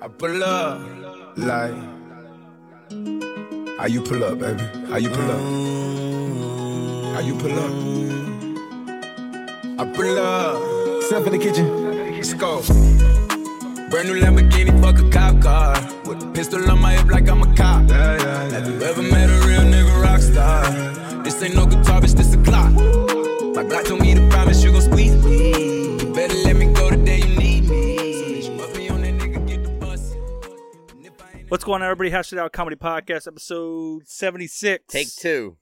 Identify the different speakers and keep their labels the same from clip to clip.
Speaker 1: I pull up. Like, how you pull up, baby? How you pull up? How you pull up? I pull up.
Speaker 2: Step in the kitchen.
Speaker 1: Let's go. Brand new Lamborghini, fuck a cop car. With a pistol on my hip like I'm a cop. Have you ever met a real nigga rock star? This ain't no guitar, bitch, this a clock. My Glock told me to promise you gon' squeeze me. You better let me go the day you need me. So bitch, bust me on that nigga, get the bus. And if I ain't
Speaker 3: What's going on, everybody? Hash It Out Comedy Podcast, episode 76.
Speaker 4: Take two.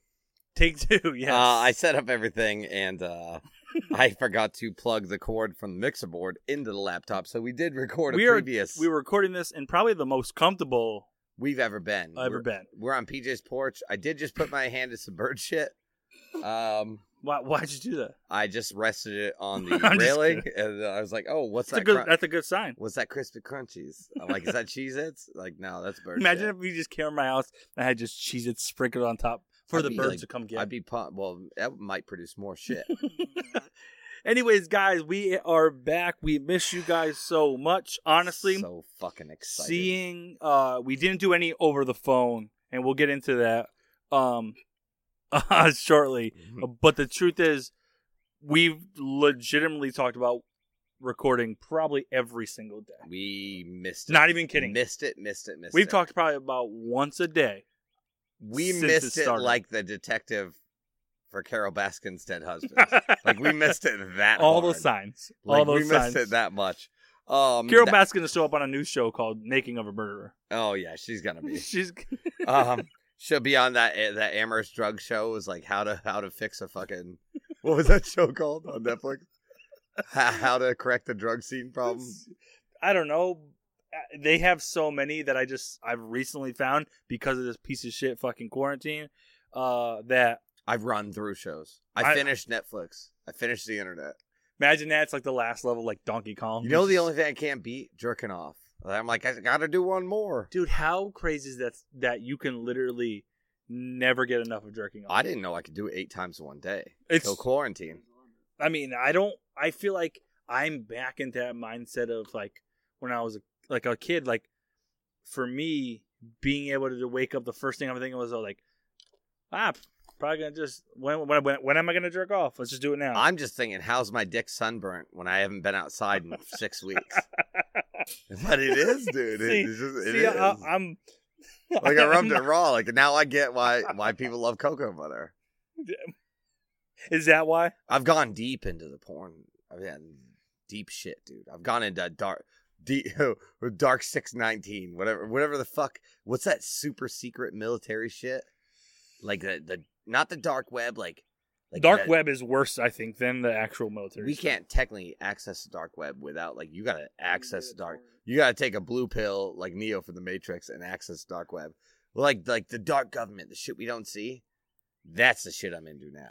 Speaker 3: Take two, yes.
Speaker 4: Uh, I set up everything and uh, I forgot to plug the cord from the mixer board into the laptop, so we did record a
Speaker 3: we, are,
Speaker 4: previous
Speaker 3: we were recording this in probably the most comfortable
Speaker 4: we've ever been.
Speaker 3: I've ever
Speaker 4: We're-
Speaker 3: been.
Speaker 4: We're on PJ's porch. I did just put my hand to some bird shit. Um,
Speaker 3: Why, why'd you do that?
Speaker 4: I just rested it on the
Speaker 3: I'm just
Speaker 4: railing, and I was like, "Oh, what's
Speaker 3: That's a
Speaker 4: that?
Speaker 3: good,
Speaker 4: crun-
Speaker 3: that's a good sign.
Speaker 4: what's that crispy crunchies?" I'm like, "Is that Cheez-Its? Like, no, that's bird."
Speaker 3: Imagine
Speaker 4: shit.
Speaker 3: if we just came to my house and I had just cheese it sprinkled on top for
Speaker 4: I'd
Speaker 3: the
Speaker 4: be,
Speaker 3: birds
Speaker 4: like-
Speaker 3: to come get.
Speaker 4: I'd be pumped. Well, that might produce more shit.
Speaker 3: Anyways, guys, we are back. We miss you guys so much. Honestly,
Speaker 4: so fucking excited.
Speaker 3: seeing uh we didn't do any over the phone and we'll get into that um shortly.
Speaker 4: Mm-hmm.
Speaker 3: But the truth is we've legitimately talked about recording probably every single day.
Speaker 4: We missed it.
Speaker 3: Not even kidding.
Speaker 4: Missed it, missed it, missed it.
Speaker 3: We've talked probably about once a day.
Speaker 4: We
Speaker 3: since
Speaker 4: missed
Speaker 3: it
Speaker 4: it
Speaker 3: started.
Speaker 4: like the detective for Carol Baskin's dead husband. like we missed it that
Speaker 3: all
Speaker 4: hard.
Speaker 3: those signs.
Speaker 4: Like,
Speaker 3: all those
Speaker 4: we missed
Speaker 3: signs.
Speaker 4: it that much. Um
Speaker 3: Carol
Speaker 4: that-
Speaker 3: Baskin to show up on a new show called Making of a Murderer.
Speaker 4: Oh yeah, she's gonna be.
Speaker 3: She's
Speaker 4: Um she'll be on that eh, that Amherst drug show was like how to how to fix a fucking what was that show called on Netflix? how, how to correct the drug scene problem.
Speaker 3: I don't know. Uh, They have so many that I just I've recently found because of this piece of shit fucking quarantine. Uh, that
Speaker 4: I've run through shows. I,
Speaker 3: I-
Speaker 4: finished Netflix. I finished the internet.
Speaker 3: imagine that's like the last level, like Donkey Kong.
Speaker 4: You know the only thing I can't beat jerking off. I'm like I gotta do one more.
Speaker 3: dude. How crazy is that? That you can literally never get enough of jerking off.
Speaker 4: I didn't know I could do it eight times in one day.
Speaker 3: It's-
Speaker 4: till quarantine.
Speaker 3: I mean, I don't. I feel like I'm back into that mindset of like when I was a, like a kid. Like for me, being able to wake up, the first thing I'm thinking was uh, like, ah, probably gonna just when when when, when am I gonna jerk off? Let's just do it now.
Speaker 4: I'm just thinking, how's my dick sunburnt when I haven't been outside in six weeks? But it is, dude. It-
Speaker 3: See-
Speaker 4: it's just, it
Speaker 3: See, I,
Speaker 4: is.
Speaker 3: I'm
Speaker 4: like I rubbed it
Speaker 3: I'm-
Speaker 4: raw. Like now I get why why people love cocoa butter.
Speaker 3: Is that why?
Speaker 4: I've gone deep into the porn. I've gotten deep shit, dude. I've gone into dark, deep, dark six nineteen, whatever, whatever the fuck. What's that super secret military shit? Like the the not the dark web, like, like
Speaker 3: Dark
Speaker 4: the-
Speaker 3: web is worse, I think, than the actual military.
Speaker 4: We
Speaker 3: stuff.
Speaker 4: can't technically access the dark web without like you gotta access the dark. You gotta take a blue pill like Neo from the Matrix and access the dark web, like like the dark government, the shit we don't see. That's the shit I'm into now.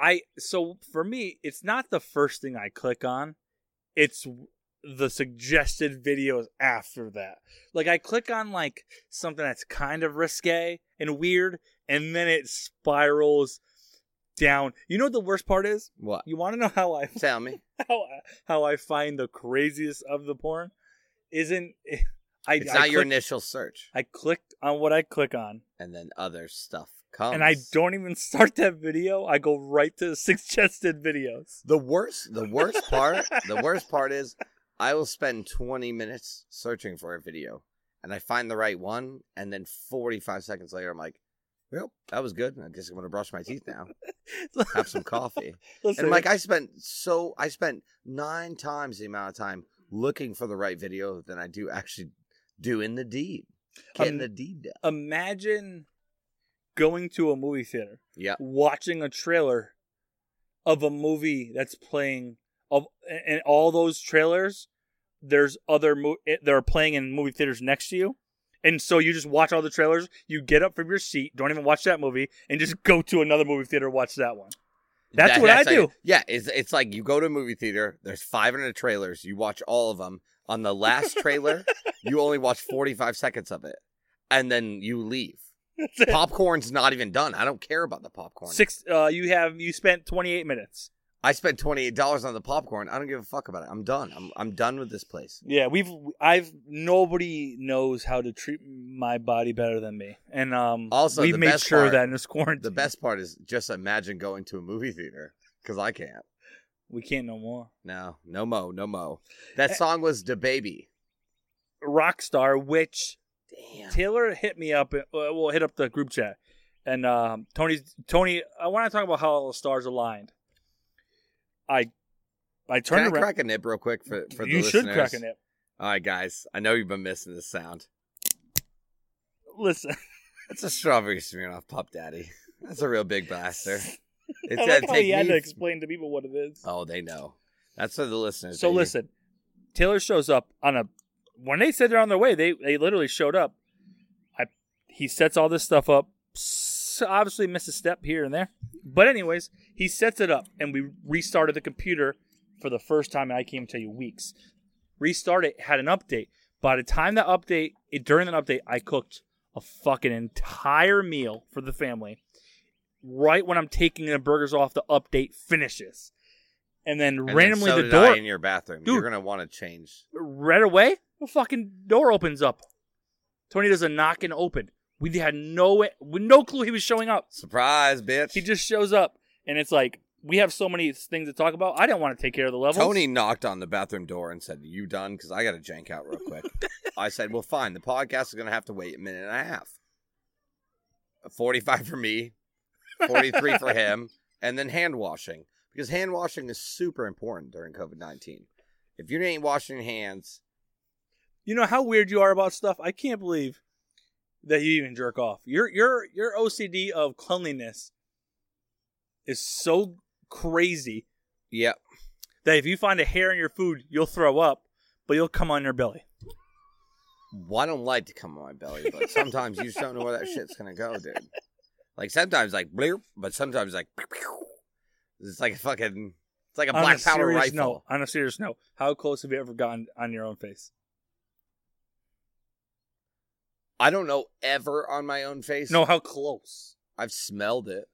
Speaker 3: I so for me, it's not the first thing I click on. It's the suggested videos after that. Like I click on like something that's kind of risque and weird, and then it spirals down. You know what the worst part is?
Speaker 4: What?
Speaker 3: You want to know how I
Speaker 4: Tell me.
Speaker 3: how I, how I find the craziest of the porn? Isn't I?
Speaker 4: It's
Speaker 3: I
Speaker 4: not your
Speaker 3: clicked-
Speaker 4: initial search.
Speaker 3: I clicked on what I click on,
Speaker 4: and then other stuff comes.
Speaker 3: and I don't even start that video. I go right to suggested videos.
Speaker 4: The worst, the worst part, the worst part is, I will spend 20 minutes searching for a video, and I find the right one, and then 45 seconds later, I'm like, "Well, that was good. I guess I'm gonna brush my teeth now, have some coffee."
Speaker 3: Listen,
Speaker 4: And like, I spent so I spent nine times the amount of time looking for the right video than I do actually doing the deed, getting
Speaker 3: Um,
Speaker 4: the deed done.
Speaker 3: imagine going to a movie theater,
Speaker 4: Yeah,
Speaker 3: watching a trailer of a movie that's playing of and all those trailers. There's other mo- they're playing in movie theaters next to you, and so you just watch all the trailers. You get up from your seat, don't even watch that movie, and just go to another movie theater watch that one. That's what I
Speaker 4: like-
Speaker 3: do.
Speaker 4: yeah, it's it's like you go to a movie theater. There's 500 trailers. You watch all of them. On the last trailer, you only watch 45 seconds of it, and then you leave.
Speaker 3: That's it.
Speaker 4: Popcorn's not even done. I don't care about the popcorn.
Speaker 3: Six. Uh, you have you spent 28 minutes
Speaker 4: I spent twenty eight dollars on the popcorn. I don't give a fuck about it. I'm done. I'm I'm done with this place.
Speaker 3: Yeah, we've I've nobody knows how to treat my body better than me, and um,
Speaker 4: Also,
Speaker 3: we've
Speaker 4: the
Speaker 3: made
Speaker 4: best
Speaker 3: sure
Speaker 4: part-
Speaker 3: that in this quarantine,
Speaker 4: The best part is just imagine going to a movie theater because I can't.
Speaker 3: we can't no more.
Speaker 4: No, no mo, no mo.
Speaker 3: Eh
Speaker 4: That song was the baby.
Speaker 3: Rockstar, which
Speaker 4: Damn.
Speaker 3: Taylor hit me up. Uh, we'll hit up the group chat, and um, Tony. Tony, I want to talk about how all the stars aligned. I, I
Speaker 4: Can I
Speaker 3: turned around.
Speaker 4: crack a nip real quick for for the
Speaker 3: you should
Speaker 4: listeners?
Speaker 3: crack a nip.
Speaker 4: All right, guys. I know you've been missing this sound.
Speaker 3: Listen,
Speaker 4: It's a strawberry Smirnoff Pop Daddy. That's a real big blaster. It's
Speaker 3: I
Speaker 4: gonna
Speaker 3: like how
Speaker 4: take
Speaker 3: he had
Speaker 4: me-
Speaker 3: to explain to people what it is.
Speaker 4: Oh, they know. That's for the listeners.
Speaker 3: So
Speaker 4: baby.
Speaker 3: listen, Taylor shows up on a when they said they're on their way, they they literally showed up. I he sets all this stuff up. S- obviously missed a step here and there. But anyways, he sets it up and we restarted the computer for the first time and I can't even tell you weeks. Restart it, had an update. By the time that update it, during that update, I cooked a fucking entire meal for the family. Right when I'm taking the burgers off, the update finishes. And then
Speaker 4: And then
Speaker 3: randomly
Speaker 4: so
Speaker 3: the
Speaker 4: did
Speaker 3: door
Speaker 4: I in your bathroom.
Speaker 3: Dude.
Speaker 4: You're gonna want to change.
Speaker 3: right away, the fucking door opens up. Tony does a knock and open. We had no we- no clue he was showing up.
Speaker 4: Surprise, bitch.
Speaker 3: He just shows up, and it's like we have so many things to talk about. I didn't want to take care of the levels.
Speaker 4: Tony knocked on the bathroom door and said, "You done? Because I got to jank out real quick." I said, "Well, fine. The podcast is gonna have to wait a minute and a half. Forty-five for me, forty-three for him, and then hand washing because hand washing is super important during COVID nineteen. If you ain't washing your hands,
Speaker 3: you know how weird you are about stuff. I can't believe that you even jerk off. Your your your OCD of cleanliness is so crazy
Speaker 4: yep,
Speaker 3: that if you find a hair in your food, you'll throw up, but you'll come on your belly.
Speaker 4: well, I don't like to come on my belly, but sometimes you just don't know where that shit's gonna go, dude. Like sometimes like bleep, but sometimes like pew, pew. it's like a fucking it's like a
Speaker 3: on
Speaker 4: black
Speaker 3: a
Speaker 4: powder
Speaker 3: serious
Speaker 4: rifle.
Speaker 3: note, on a serious note, how close have you ever gotten on your own face?
Speaker 4: I don't know ever on my own face.
Speaker 3: No, how close?
Speaker 4: I've smelled it.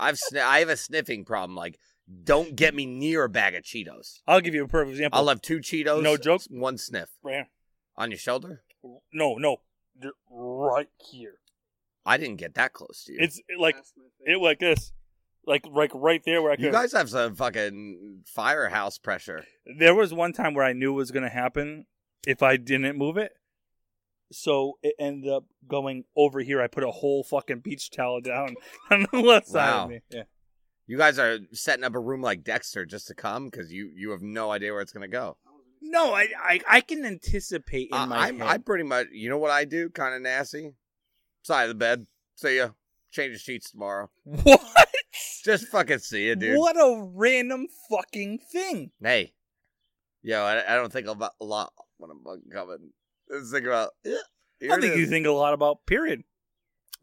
Speaker 4: I've sn- I have a sniffing problem. Like, don't get me near a bag of Cheetos.
Speaker 3: I'll give you a perfect example.
Speaker 4: I'll have two Cheetos.
Speaker 3: No joke?
Speaker 4: One sniff
Speaker 3: right
Speaker 4: on your shoulder.
Speaker 3: here. No, no, You're right here.
Speaker 4: I didn't get that close to you.
Speaker 3: It's like it like this, like like right there where I could.
Speaker 4: you guys have some fucking firehouse pressure.
Speaker 3: there was one time where I knew it was going to happen if I didn't move it. So it ended up going over here. I put a whole fucking beach towel down on the left side
Speaker 4: Wow.
Speaker 3: of me. Yeah.
Speaker 4: You guys are setting up a room like Dexter just to come because you you have no idea where it's gonna go.
Speaker 3: No, I, I I can anticipate in
Speaker 4: I-
Speaker 3: my
Speaker 4: I'm,
Speaker 3: head.
Speaker 4: I pretty much you know what I do? Kind of nasty. Side of the bed. See ya. Change the sheets tomorrow.
Speaker 3: What?
Speaker 4: Just fucking see ya, dude.
Speaker 3: What a random fucking thing.
Speaker 4: Hey, yo, I, I don't think about a lot when I'm fucking coming. Let's think about. Yeah,
Speaker 3: I
Speaker 4: here
Speaker 3: don't
Speaker 4: it
Speaker 3: think you
Speaker 4: is.
Speaker 3: think a lot about period.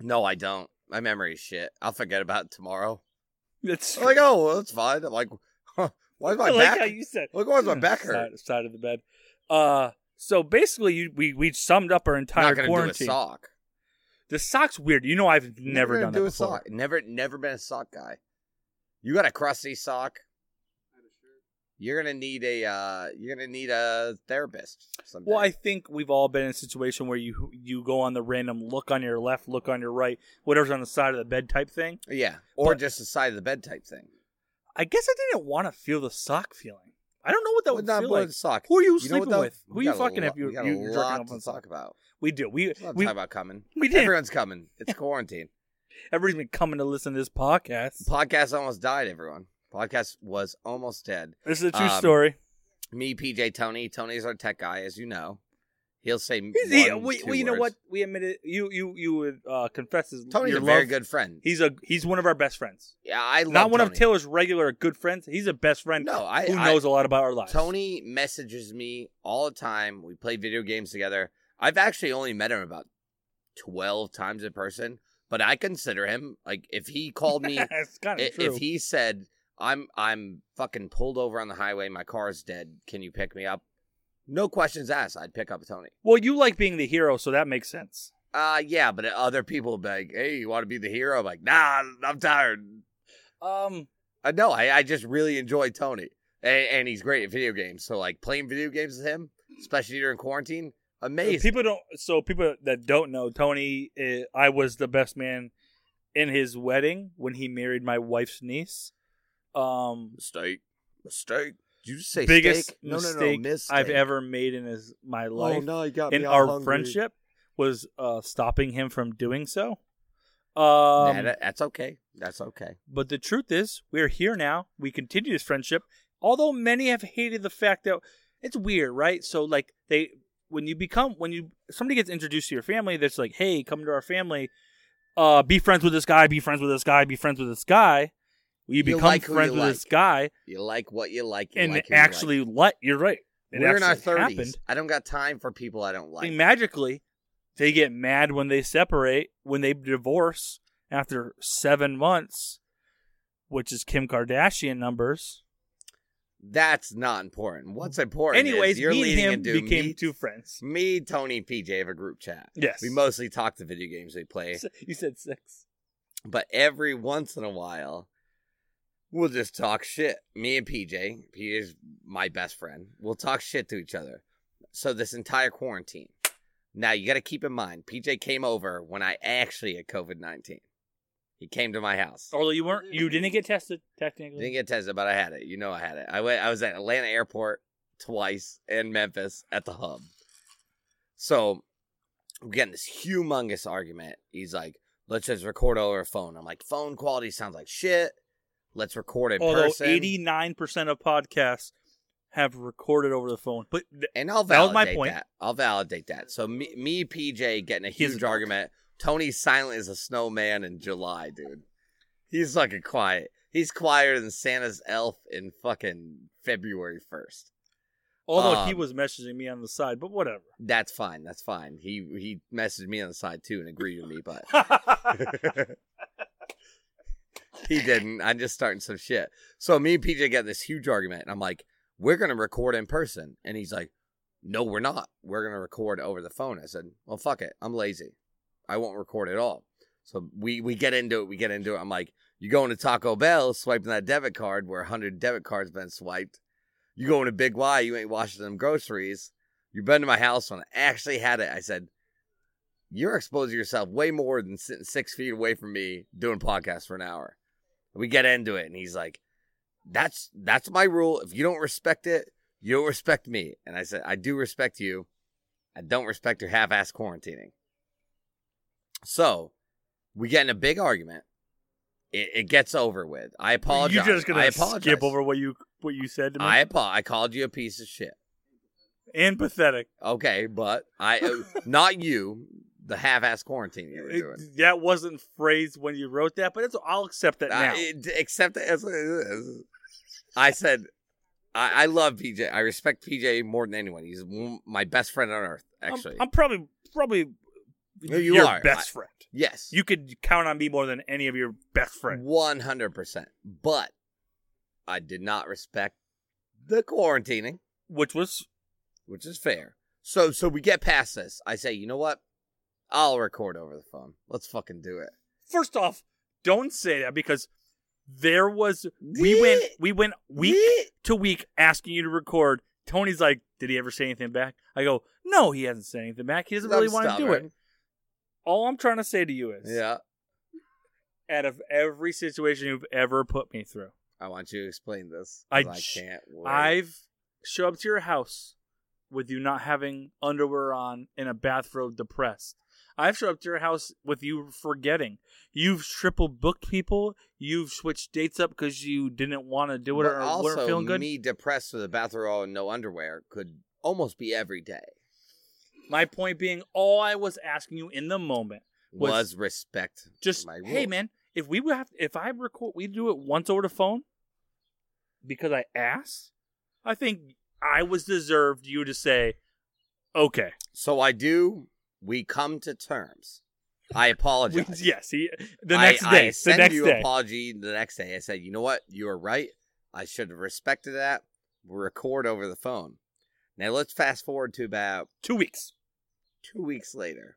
Speaker 4: No, I don't. My memory is shit. I'll forget about it tomorrow.
Speaker 3: That's
Speaker 4: I'm like, oh, well, that's fine. I'm like, huh, why is my
Speaker 3: I like
Speaker 4: back?
Speaker 3: how you said
Speaker 4: Look, why is my back hurt?
Speaker 3: side, side of the bed. Uh, so basically, you, we we summed up our
Speaker 4: I'm
Speaker 3: entire
Speaker 4: not gonna
Speaker 3: quarantine.
Speaker 4: do a sock.
Speaker 3: The sock's weird. You know, I've never
Speaker 4: Never
Speaker 3: done
Speaker 4: do
Speaker 3: that
Speaker 4: a
Speaker 3: before.
Speaker 4: sock. Never, never been a sock guy. You got a crusty sock. You're gonna need a. Uh, you're gonna need a therapist. Someday.
Speaker 3: Well, I think we've all been in a situation where you you go on the random look on your left, look on your right, whatever's on the side of the bed type thing.
Speaker 4: yeah, or
Speaker 3: but-
Speaker 4: just the side of the bed type thing.
Speaker 3: I guess I didn't want to feel the sock feeling. I don't know what that
Speaker 4: Well,
Speaker 3: would
Speaker 4: not
Speaker 3: feel
Speaker 4: more
Speaker 3: like.
Speaker 4: than sock.
Speaker 3: Who are you,
Speaker 4: know
Speaker 3: sleeping
Speaker 4: what, though?
Speaker 3: with? Who
Speaker 4: We
Speaker 3: you
Speaker 4: got a
Speaker 3: fucking
Speaker 4: lo-
Speaker 3: if you
Speaker 4: we got
Speaker 3: you
Speaker 4: a
Speaker 3: jerking
Speaker 4: lot
Speaker 3: off
Speaker 4: to
Speaker 3: on sock?
Speaker 4: talk about.
Speaker 3: We do. We
Speaker 4: Let's not
Speaker 3: we
Speaker 4: talk about coming.
Speaker 3: we did.
Speaker 4: Everyone's coming. It's quarantine.
Speaker 3: Everybody's been coming to listen to this podcast.
Speaker 4: Podcast almost died. Everyone. Podcast was almost dead.
Speaker 3: This is a true
Speaker 4: Um,
Speaker 3: story.
Speaker 4: Me, PJ, Tony. Tony's our tech guy, as you know. He'll say.
Speaker 3: He's-
Speaker 4: one,
Speaker 3: he- we,
Speaker 4: two
Speaker 3: we- you know what?
Speaker 4: words.
Speaker 3: We admitted you you you would uh, confess his
Speaker 4: Tony's
Speaker 3: your
Speaker 4: a very
Speaker 3: love.
Speaker 4: good friend.
Speaker 3: He's a he's one of our best friends.
Speaker 4: yeah, I love
Speaker 3: Not one of
Speaker 4: Tony.
Speaker 3: Taylor's regular good friends. He's a best friend
Speaker 4: No, I.
Speaker 3: who
Speaker 4: I-
Speaker 3: knows a lot about our lives.
Speaker 4: Tony messages me all the time. We play video games together. I've actually only met him about twelve times in person, but I consider him like if he called me
Speaker 3: it's kind of
Speaker 4: if,
Speaker 3: true.
Speaker 4: if he said i'm i'm fucking pulled over on the highway my car's dead can you pick me up no questions asked i'd pick up tony
Speaker 3: well, you like being the hero, so that makes sense.
Speaker 4: uh yeah but other people would be like hey you want to be the hero i'm like nah i'm tired
Speaker 3: Um,
Speaker 4: Uh, no, I, I just really enjoy Tony, and, and he's great at video games. So like playing video games with him, especially during quarantine, amazing.
Speaker 3: people don't. So people that don't know Tony, eh, I was the best man in his wedding when he married my wife's niece. Um,
Speaker 4: mistake, mistake. Did you just say
Speaker 3: biggest
Speaker 4: steak? No, no, no,
Speaker 3: mistake
Speaker 4: mistake.
Speaker 3: I've ever made in his my life.
Speaker 4: Oh no, you got
Speaker 3: in
Speaker 4: me
Speaker 3: our
Speaker 4: all hungry.
Speaker 3: friendship was uh, stopping him from doing so. Um,
Speaker 4: Nah, that- that's okay. That's okay.
Speaker 3: but the truth is, we're here now. We continue this friendship, although many have hated the fact that it's weird, right? So like they when you become when you somebody gets introduced to your family, that's like, hey, come to our family. Uh, be friends with this guy. Be friends with this guy. Be friends with this guy. You
Speaker 4: You
Speaker 3: become
Speaker 4: like who
Speaker 3: friends
Speaker 4: you
Speaker 3: with
Speaker 4: like.
Speaker 3: this guy,
Speaker 4: You like what you like, you
Speaker 3: and
Speaker 4: like who you
Speaker 3: actually,
Speaker 4: like.
Speaker 3: like. you're right. It
Speaker 4: we're in our
Speaker 3: actually
Speaker 4: thirties.
Speaker 3: happened.
Speaker 4: I don't got time for people I don't like.
Speaker 3: And magically, they get mad when they separate, when they divorce after seven months, which is Kim Kardashian numbers.
Speaker 4: That's not important. What's important?
Speaker 3: Anyways,
Speaker 4: is you're
Speaker 3: me and
Speaker 4: leading
Speaker 3: him
Speaker 4: into
Speaker 3: became
Speaker 4: me,
Speaker 3: two friends.
Speaker 4: Me, Tony, and PJ have a group chat.
Speaker 3: Yes.
Speaker 4: We mostly talk the video games we play,
Speaker 3: You said six.
Speaker 4: but every once in a while, we'll just talk shit. Me and PJ, PJ's my best friend. We'll talk shit to each other. So this entire quarantine. Now you got to keep in mind, PJ came over when I actually had COVID nineteen. He came to my house.
Speaker 3: Although you weren't, you didn't get tested technically.
Speaker 4: Didn't get tested, but I had it. You know, I had it. I went. I was at Atlanta Airport twice and Memphis at the hub. So we're getting this humongous argument. He's like, "Let's just record over a phone." I'm like, "Phone quality sounds like shit. Let's record in
Speaker 3: Although
Speaker 4: person."
Speaker 3: eighty nine percent of podcasts have recorded over the phone, but th-
Speaker 4: and I'll
Speaker 3: That was
Speaker 4: validate
Speaker 3: my
Speaker 4: that.
Speaker 3: point.
Speaker 4: I'll validate that. So me, me, PJ, getting a
Speaker 3: He's
Speaker 4: huge
Speaker 3: a-
Speaker 4: argument. Tony's silent as a snowman in July, dude. He's fucking quiet. He's quieter than Santa's elf in fucking February first.
Speaker 3: although he
Speaker 4: Um,
Speaker 3: was messaging me on the side, but whatever.
Speaker 4: That's fine. That's fine. He he messaged me on the side too and agreed with me, but he didn't. I'm just starting some shit. So me and PJ got this huge argument, and I'm like, "We're gonna record in person," and he's like, "No, we're not. We're gonna record over the phone." I said, "Well, fuck it. I'm lazy. I won't record at all." So we we get into it. We get into it. I'm like, "You going to Taco Bell, swiping that debit card where 100 debit cards been swiped? You going to Big Y? You ain't washing them groceries. You been to my house when I actually had it." I said. You're exposing yourself way more than sitting six feet away from me doing podcasts for an hour. We get into it, and he's like, "That's that's my rule. If you don't respect it, you don't respect me." And I said, "I do respect you. I don't respect your half-ass quarantining." So, we get in a big argument. It, it gets over with. I apologize.
Speaker 3: You're just
Speaker 4: I
Speaker 3: gonna
Speaker 4: apologize.
Speaker 3: skip over what you what you said to me.
Speaker 4: I apo- I called you a piece of shit.
Speaker 3: and pathetic.
Speaker 4: Okay, but I uh, not you. The half-ass quarantine you were
Speaker 3: It-
Speaker 4: doing.
Speaker 3: that wasn't phrased when you wrote that, but it's, I'll accept that now.
Speaker 4: I, it- except as it is. I said, I, I love PJ. I respect PJ more than anyone. He's m- my best friend on earth.
Speaker 3: I'm-
Speaker 4: Actually,
Speaker 3: I'm, probably probably
Speaker 4: No, you
Speaker 3: your
Speaker 4: are.
Speaker 3: best friend.
Speaker 4: yes,
Speaker 3: You could count on me more than any of your best friends.
Speaker 4: one hundred percent. But I did not respect the quarantining,
Speaker 3: Which was
Speaker 4: which is fair. So, so we get past this. I say, you know what? I'll record over the phone. Let's fucking do it.
Speaker 3: first off, don't say that because there was we went we went week to week asking you to record. Tony's like, did he ever say anything back? I go, no, he hasn't said anything back. He doesn't really
Speaker 4: I'm
Speaker 3: want to do it.
Speaker 4: stubborn.
Speaker 3: All I'm trying to say to you is,
Speaker 4: Yeah,
Speaker 3: out of every situation you've ever put me through,
Speaker 4: I want you to explain this. 'cause
Speaker 3: I
Speaker 4: I
Speaker 3: j-
Speaker 4: can't. Wait.
Speaker 3: I've show up to your house with you not having underwear on and a bathrobe depressed. I've showed up to your house with you forgetting. You've triple booked people. You've switched dates up because you didn't want to do it
Speaker 4: But
Speaker 3: or
Speaker 4: also,
Speaker 3: weren't feeling good.
Speaker 4: me depressed with a bathrobe and no underwear could almost be every day.
Speaker 3: My point being, all I was asking you in the moment, Was-
Speaker 4: Was, respect
Speaker 3: just
Speaker 4: my
Speaker 3: hey
Speaker 4: rules.
Speaker 3: man, if we would have, if I record, we do it once over the phone because I asked. I think I was deserved you to say, okay,
Speaker 4: So I do. We come to terms. I
Speaker 3: We-
Speaker 4: apologize.
Speaker 3: yes, he, the
Speaker 4: I-
Speaker 3: next
Speaker 4: I,
Speaker 3: day, the
Speaker 4: send
Speaker 3: next
Speaker 4: you
Speaker 3: day.
Speaker 4: apology the next day. I said, you know what? You are right. I should have respected that. We'll record over the phone. Now let's fast forward to about
Speaker 3: Two weeks.
Speaker 4: two weeks later.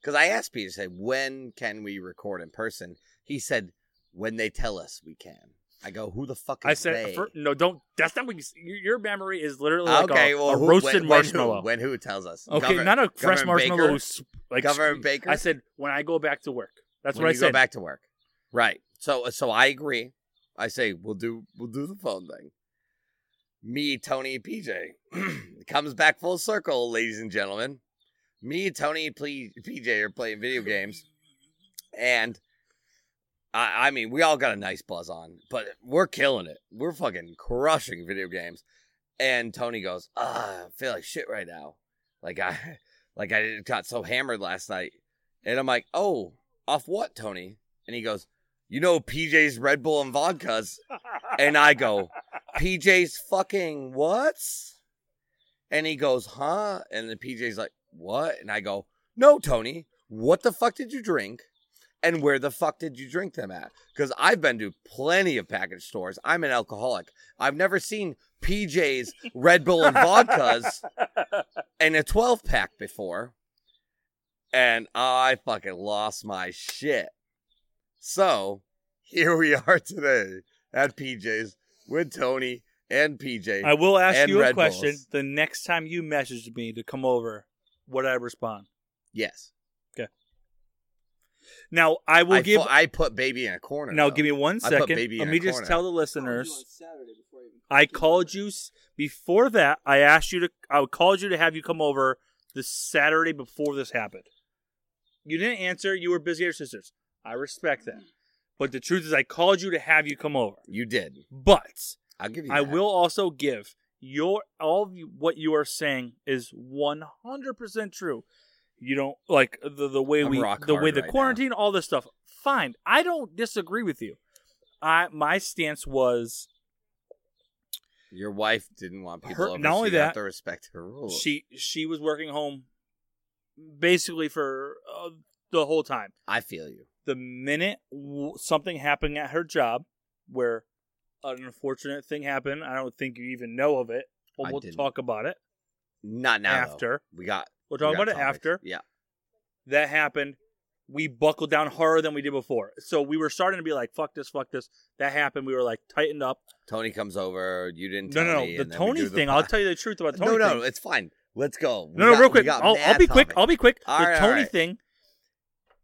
Speaker 4: Because I asked Peter, said, when can we record in person? He said, when they tell us we can. I go, who the fuck is
Speaker 3: I said
Speaker 4: they?
Speaker 3: fir- no. Don't. That's not what you. s- Your your memory is literally like
Speaker 4: okay,
Speaker 3: a,
Speaker 4: well,
Speaker 3: a
Speaker 4: who-
Speaker 3: roasted
Speaker 4: when- when who-
Speaker 3: marshmallow.
Speaker 4: When who, tells us?
Speaker 3: okay,
Speaker 4: Govern-
Speaker 3: not a fresh
Speaker 4: Governor
Speaker 3: marshmallow.
Speaker 4: Baker?
Speaker 3: who's like
Speaker 4: Governor
Speaker 3: sp-
Speaker 4: Baker?
Speaker 3: I said when I go back to work. That's
Speaker 4: when
Speaker 3: what I
Speaker 4: you
Speaker 3: said.
Speaker 4: Go back to work. Right. So uh, so I agree. I say we'll do we'll do the phone thing. Me, Tony, PJ It comes back full circle, ladies and gentlemen. Me, Tony, P- PJ are playing video games, and I, I mean we all got a nice buzz on, but we're killing it. We're fucking crushing video games. And Tony goes, ah, I feel like shit right now. Like I, like I got so hammered last night, and I'm like, oh, off what, Tony? And he goes, you know, PJ's Red Bull and vodkas. And I go, PJ's fucking what? And he goes, huh? And then PJ's like, what? And I go, no, Tony, what the fuck did you drink? And where the fuck did you drink them at? Because I've been to plenty of package stores. I'm an alcoholic. I've never seen PJ's Red Bull and vodkas and a 12 pack before, and I fucking lost my shit. So here we are today at PJ's with Tony and PJ.
Speaker 3: I will ask
Speaker 4: And
Speaker 3: you a
Speaker 4: Red
Speaker 3: question
Speaker 4: Bulls.
Speaker 3: the next time you message me to come over. Would I respond?
Speaker 4: yes,
Speaker 3: Now I will
Speaker 4: I,
Speaker 3: give.
Speaker 4: fu- I put baby in a corner.
Speaker 3: now
Speaker 4: though.
Speaker 3: give me one
Speaker 4: I put
Speaker 3: second.
Speaker 4: baby
Speaker 3: Let
Speaker 4: in a
Speaker 3: me just
Speaker 4: corner.
Speaker 3: tell the listeners. I called you s- before that. I asked you to. I called you to have you come over the Saturday before this happened. You didn't answer. You were busy at your sister's. I respect that. But the truth is, I called you to have you come over.
Speaker 4: You did.
Speaker 3: But
Speaker 4: I'll give you.
Speaker 3: I
Speaker 4: that.
Speaker 3: will also give your all of you- what you are saying is 100% true. You don't like the the way
Speaker 4: I'm
Speaker 3: we
Speaker 4: rock
Speaker 3: the way
Speaker 4: hard
Speaker 3: the
Speaker 4: right now.
Speaker 3: quarantine all this stuff. Fine. I don't disagree with you. I my stance was
Speaker 4: Your wife didn't want people.
Speaker 3: Her-
Speaker 4: over,
Speaker 3: not
Speaker 4: so
Speaker 3: only
Speaker 4: you have
Speaker 3: that,
Speaker 4: to respect her rules.
Speaker 3: she she was working home basically for uh, the whole time.
Speaker 4: I feel you.
Speaker 3: The minute w- something happened at her job where an unfortunate thing happened, I don't think you even know of it, but
Speaker 4: I
Speaker 3: we'll
Speaker 4: didn't.
Speaker 3: talk about it
Speaker 4: Not now. though.
Speaker 3: after.
Speaker 4: we got.
Speaker 3: We'll
Speaker 4: we
Speaker 3: talk
Speaker 4: got
Speaker 3: about it
Speaker 4: topics.
Speaker 3: after.
Speaker 4: Yeah.
Speaker 3: That happened. We buckled down harder than we did before. So we were starting to be like, fuck this, fuck this. That happened. We were like tightened up.
Speaker 4: Tony comes over. You didn't.
Speaker 3: No,
Speaker 4: tell
Speaker 3: no, no.
Speaker 4: me,
Speaker 3: The
Speaker 4: and then we
Speaker 3: Tony
Speaker 4: do the
Speaker 3: thing,
Speaker 4: po-
Speaker 3: I'll tell you the truth about the Tony
Speaker 4: no, no,
Speaker 3: thing.
Speaker 4: it's fine. Let's go. We
Speaker 3: No, no,
Speaker 4: got-
Speaker 3: real
Speaker 4: we
Speaker 3: quick.
Speaker 4: got
Speaker 3: I'll, I'll
Speaker 4: mad
Speaker 3: be quick.
Speaker 4: topics.
Speaker 3: I'll be quick.
Speaker 4: All
Speaker 3: the
Speaker 4: right, all
Speaker 3: Tony
Speaker 4: right.
Speaker 3: thing.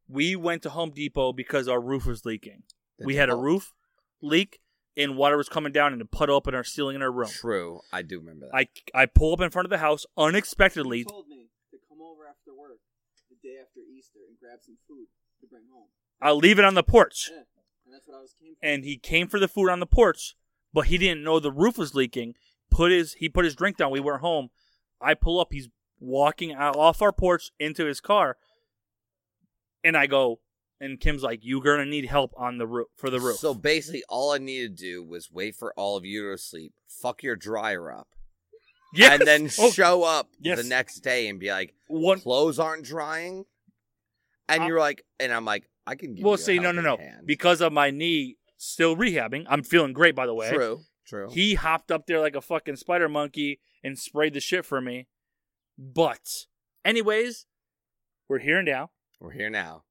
Speaker 3: We went to Home Depot because our roof was leaking.
Speaker 4: The
Speaker 3: we had a
Speaker 4: default.
Speaker 3: roof leak, and water was coming down and a puddle up in our ceiling in our room.
Speaker 4: True, I do remember that.
Speaker 3: I I pull up in front of the house unexpectedly.
Speaker 2: He told me to come over after work the day after Easter and grab some food to bring home.
Speaker 3: I'll leave it on the porch.
Speaker 2: Yeah, and that's what I was came for.
Speaker 3: and he came for the food on the porch, but he didn't know the roof was leaking. Put his he put his drink down. We were home. I pull up. He's walking out off our porch into his car, and I go. And Kim's like, "You're gonna need help on the roof for the roof."
Speaker 4: So basically, all I needed to do was wait for all of you to sleep, fuck your dryer up,
Speaker 3: yes!
Speaker 4: and then
Speaker 3: Oh,
Speaker 4: show up
Speaker 3: Yes.
Speaker 4: the next day and be like,
Speaker 3: one.
Speaker 4: clothes aren't drying, and
Speaker 3: Uh,
Speaker 4: you're like, and I'm like, I can. Give
Speaker 3: We'll
Speaker 4: you a
Speaker 3: say no, no, no,
Speaker 4: helping hand."
Speaker 3: because of my knee still rehabbing. I'm feeling great, by the way.
Speaker 4: true, true.
Speaker 3: eh? He hopped up there like a fucking spider monkey and sprayed the shit for me. But, anyways, we're here now.
Speaker 4: We're here now.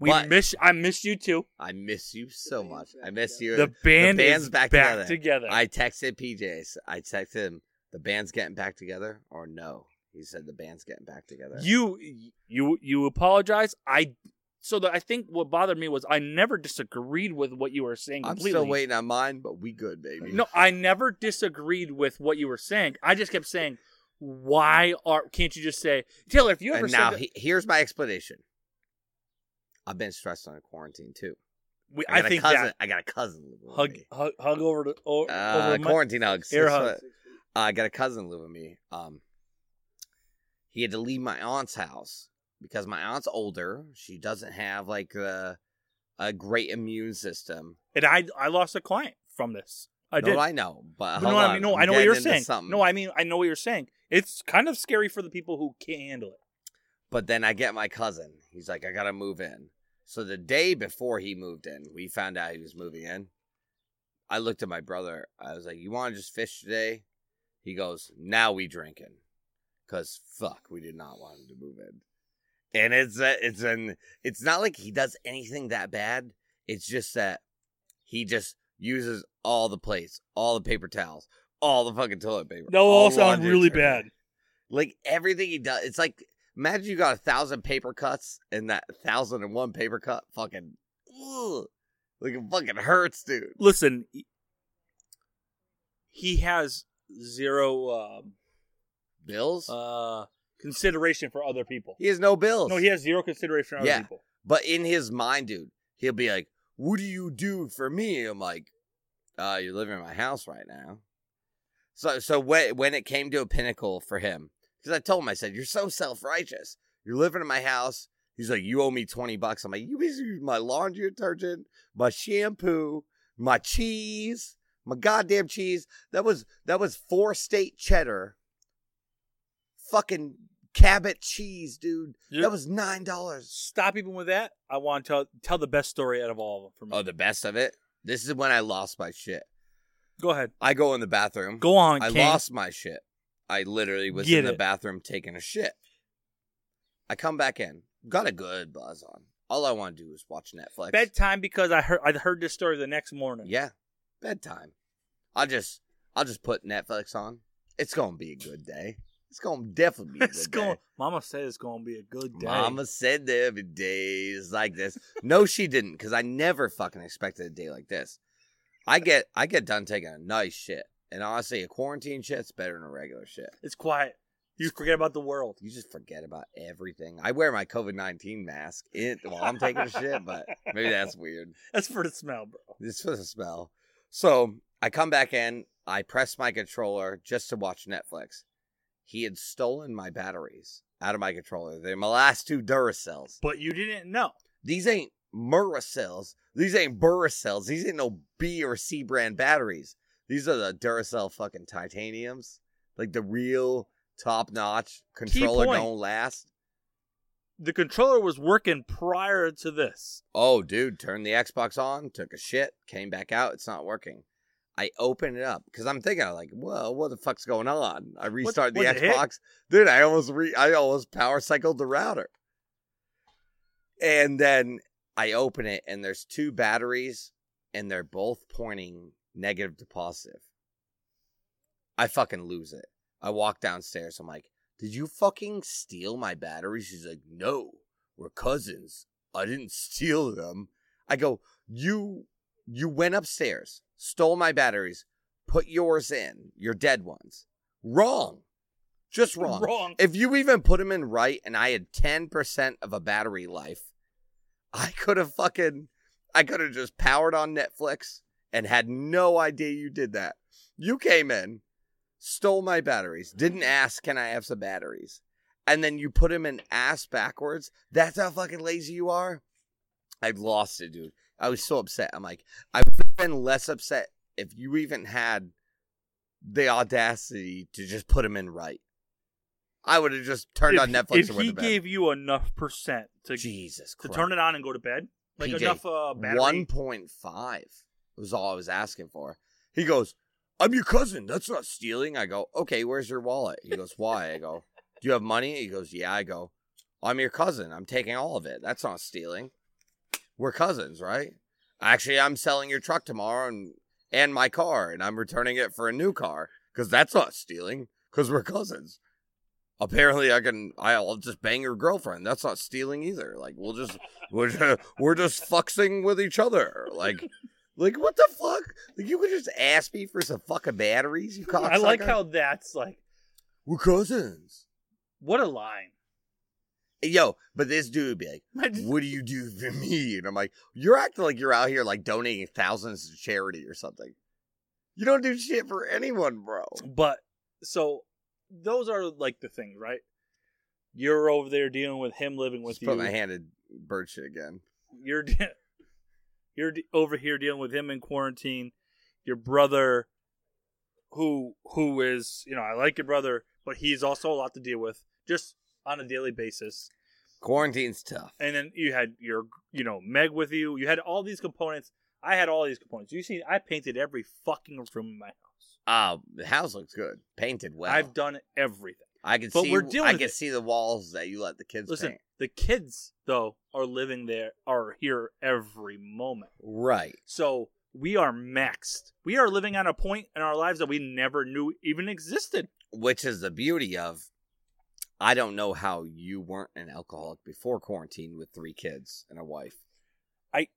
Speaker 3: We
Speaker 4: But-
Speaker 3: miss. I missed you too.
Speaker 4: I miss you so
Speaker 2: band's
Speaker 4: much.
Speaker 2: back
Speaker 4: I miss you.
Speaker 2: together.
Speaker 3: The band
Speaker 4: band's
Speaker 3: is
Speaker 4: back
Speaker 3: back,
Speaker 4: together.
Speaker 3: together.
Speaker 4: I texted PJs. I texted him. The band's getting back together, or no? He said the band's getting back together.
Speaker 3: you you you apologize. I so the, I think what bothered me was I never disagreed with what you were saying
Speaker 4: I'm
Speaker 3: completely.
Speaker 4: still waiting on mine, but we good, baby.
Speaker 3: No, I never disagreed with what you were saying. I just kept saying, "Why are can't you just say Taylor? If you ever
Speaker 4: and
Speaker 3: said
Speaker 4: now
Speaker 3: that,
Speaker 4: he- here's my explanation. I've been stressed on quarantine too.
Speaker 3: we, I,
Speaker 4: I, got a
Speaker 3: think
Speaker 4: cousin.
Speaker 3: that
Speaker 4: I got a cousin living with
Speaker 3: hug,
Speaker 4: me.
Speaker 3: hug hug over to o-
Speaker 4: Uh,
Speaker 3: over my-
Speaker 4: quarantine hugs.
Speaker 3: air
Speaker 4: That's
Speaker 3: hug.
Speaker 4: what- uh, I got a cousin living with me. Um, he had to leave my aunt's house because my aunt's older. She doesn't have like a, a great immune system.
Speaker 3: and I I lost a client from this. I
Speaker 4: no,
Speaker 3: did.
Speaker 4: I know, but,
Speaker 3: But
Speaker 4: Uh, hold
Speaker 3: no,
Speaker 4: on.
Speaker 3: I mean, no,
Speaker 4: I'm
Speaker 3: I know what you're
Speaker 4: getting into
Speaker 3: saying.
Speaker 4: Something.
Speaker 3: No, I mean I know what you're saying. It's kind of scary for the people who can't handle it.
Speaker 4: But then I get my cousin. He's like, I gotta move in. So the day before he moved in, we found out he was moving in. I looked at my brother. I was like, You wanna just fish today? He goes, Now we drinking. Cause fuck, we did not want him to move in. And it's a, it's an it's not like he does anything that bad. It's just that He just uses all the plates, all the paper towels, all the fucking toilet paper.
Speaker 3: That will all sound
Speaker 4: laundry
Speaker 3: really bad.
Speaker 4: detergent. Like everything he does, it's like imagine you got a thousand paper cuts, and that thousand and one paper cut fucking, ugh, like it fucking hurts, dude.
Speaker 3: Listen, he has zero
Speaker 4: Bills.
Speaker 3: um, uh, consideration for other people.
Speaker 4: he has no bills.
Speaker 3: No, he has zero consideration for other
Speaker 4: Yeah.
Speaker 3: people.
Speaker 4: But in his mind, dude, he'll be like, "What do you do for me?" I'm like, "Uh, you're living in my house right now." So, so when when it came to a pinnacle for him, because I told him, I said, "You're so self righteous. You're living in my house." He's like, "You owe me twenty bucks." I'm like, "You basically use my laundry detergent, my shampoo, my cheese, my goddamn cheese. That was that was four state cheddar, fucking Cabot cheese, dude. That was nine dollars."
Speaker 3: Stop even with that. I want to tell, tell the best story out of all of them for me.
Speaker 4: Oh, the best of it. This is when I lost my shit.
Speaker 3: Go ahead.
Speaker 4: I go in the bathroom.
Speaker 3: Go on,
Speaker 4: I
Speaker 3: King.
Speaker 4: lost my shit. I literally was
Speaker 3: Get
Speaker 4: in the
Speaker 3: it.
Speaker 4: bathroom taking a shit. I come back in. Got a good buzz on. All I want to do is watch Netflix.
Speaker 3: Bedtime because I heard I heard this story the next morning.
Speaker 4: yeah, bedtime. I just, I'll just put Netflix on. It's gonna be a good day. It's gonna definitely be a good
Speaker 3: It's
Speaker 4: day.
Speaker 3: going. Mama said it's going to be a good day.
Speaker 4: Mama said that every day is like this. No, she didn't, because I never fucking expected a day like this. I get I get done taking a nice shit. And honestly, a quarantine shit's better than a regular shit.
Speaker 3: It's quiet. You forget about the world.
Speaker 4: You just forget about everything. I wear my COVID nineteen mask in while I'm taking a shit, but maybe that's weird.
Speaker 3: That's for the smell, bro.
Speaker 4: This was a smell. So I come back in, I press my controller just to watch Netflix. He had stolen my batteries out of my controller. They're my last two Duracells.
Speaker 3: But you didn't know.
Speaker 4: These ain't Muracels. These ain't Buracels. These ain't no B or C brand batteries. These are the Duracell fucking titaniums. Like the real top notch controller
Speaker 3: point.
Speaker 4: don't last.
Speaker 3: The controller was working prior to this.
Speaker 4: Oh, dude, turned the Xbox on, took a shit, came back out. It's not working. I open it up because I'm thinking like, well, what the fuck's going on? I restart the
Speaker 3: was it hit?
Speaker 4: Xbox, dude. I almost re, I almost power cycled the router, and then I open it and there's two batteries, and they're both pointing negative to positive. I fucking lose it. I walk downstairs. I'm like, did you fucking steal my batteries? She's like, no, we're cousins. I didn't steal them. I go, you you went upstairs, stole my batteries, put yours in, your dead ones. Wrong. Just wrong.
Speaker 3: Wrong.
Speaker 4: If you even put them in right and I had 10% of a battery life, I could have fucking I could have just powered on Netflix and had no idea you did that. You came in, stole my batteries, didn't ask can I have some batteries? And then you put them in ass backwards. That's how fucking lazy you are. I lost it, dude. I was so upset. I'm like, I would have been less upset if you even had the audacity to just put him in right. I would have just turned
Speaker 3: if,
Speaker 4: on Netflix
Speaker 3: If
Speaker 4: and went
Speaker 3: he
Speaker 4: to bed.
Speaker 3: gave you enough percent to, to
Speaker 4: Jesus Christ.
Speaker 3: turn it on and go to bed, like
Speaker 4: PJ,
Speaker 3: enough uh, battery.
Speaker 4: 1.5 was all I was asking for. He goes, I'm your cousin. That's not stealing. I go, okay, where's your wallet? He goes, why? I go, do you have money? He goes, yeah. I go, I'm your cousin. I'm taking all of it. That's not stealing. We're cousins, right? Actually, I'm selling your truck tomorrow and, and my car, and I'm returning it for a new car because that's not stealing because we're cousins. Apparently, I can. I'll just bang your girlfriend. That's not stealing either. Like we'll just we're just, we're just fucksing with each other. Like, like what the fuck? Like you could just ask me for some fucking batteries. You cocksucker.
Speaker 3: I like how that's like
Speaker 4: we're cousins.
Speaker 3: what a line.
Speaker 4: Yo, but this dude would be like, "What do you do for me?" And I'm like, "You're acting like you're out here like donating thousands to charity or something. You don't do shit for anyone, bro."
Speaker 3: But so those are like the things, right? You're over there dealing with him living with
Speaker 4: Just put
Speaker 3: you.
Speaker 4: my hand in bird shit again.
Speaker 3: You're de- you're de- over here dealing with him in quarantine. Your brother, who who is you know I like your brother, but he's also a lot to deal with just on a daily basis.
Speaker 4: Quarantine's tough.
Speaker 3: And then you had your you know Meg with you. You had all these components. I had all these components. You see, I painted every fucking room in my house.
Speaker 4: Ah, the house looks good, painted well.
Speaker 3: I've done everything.
Speaker 4: I can
Speaker 3: but
Speaker 4: see.
Speaker 3: we're dealing
Speaker 4: I
Speaker 3: with
Speaker 4: can
Speaker 3: it.
Speaker 4: see the walls that you let the kids
Speaker 3: Listen,
Speaker 4: paint.
Speaker 3: the kids though are living there, are here every moment.
Speaker 4: Right.
Speaker 3: So we are maxed. We are living on a point in our lives that we never knew even existed.
Speaker 4: which is the beauty of I don't know how you weren't an alcoholic before quarantine with three kids and a wife.
Speaker 3: I-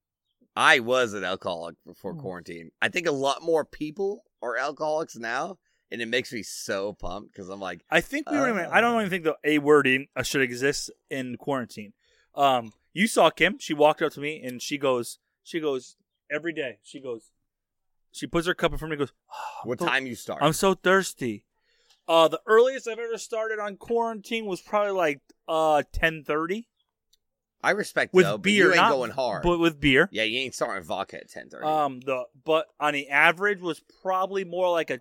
Speaker 4: I was an alcoholic before
Speaker 3: Hmm.
Speaker 4: quarantine. I think a lot more people are alcoholics now, and it makes me so pumped because I'm like,
Speaker 3: I think we don't even. I don't even think the a word in, uh, should exist in quarantine. Um, you saw Kim. She walked up to me and she goes. She goes every day. She goes. She puts her cup in front of me. and Goes. "Ah, I'm
Speaker 4: what
Speaker 3: so-
Speaker 4: time you start?
Speaker 3: I'm so thirsty. Uh, the earliest I've ever started on quarantine was probably like uh ten thirty
Speaker 4: I respect
Speaker 3: with
Speaker 4: though, but
Speaker 3: beer.
Speaker 4: You ain't
Speaker 3: not
Speaker 4: going hard.
Speaker 3: but with beer.
Speaker 4: yeah, you ain't starting vodka at ten thirty.
Speaker 3: Um, the but on the average was probably more like a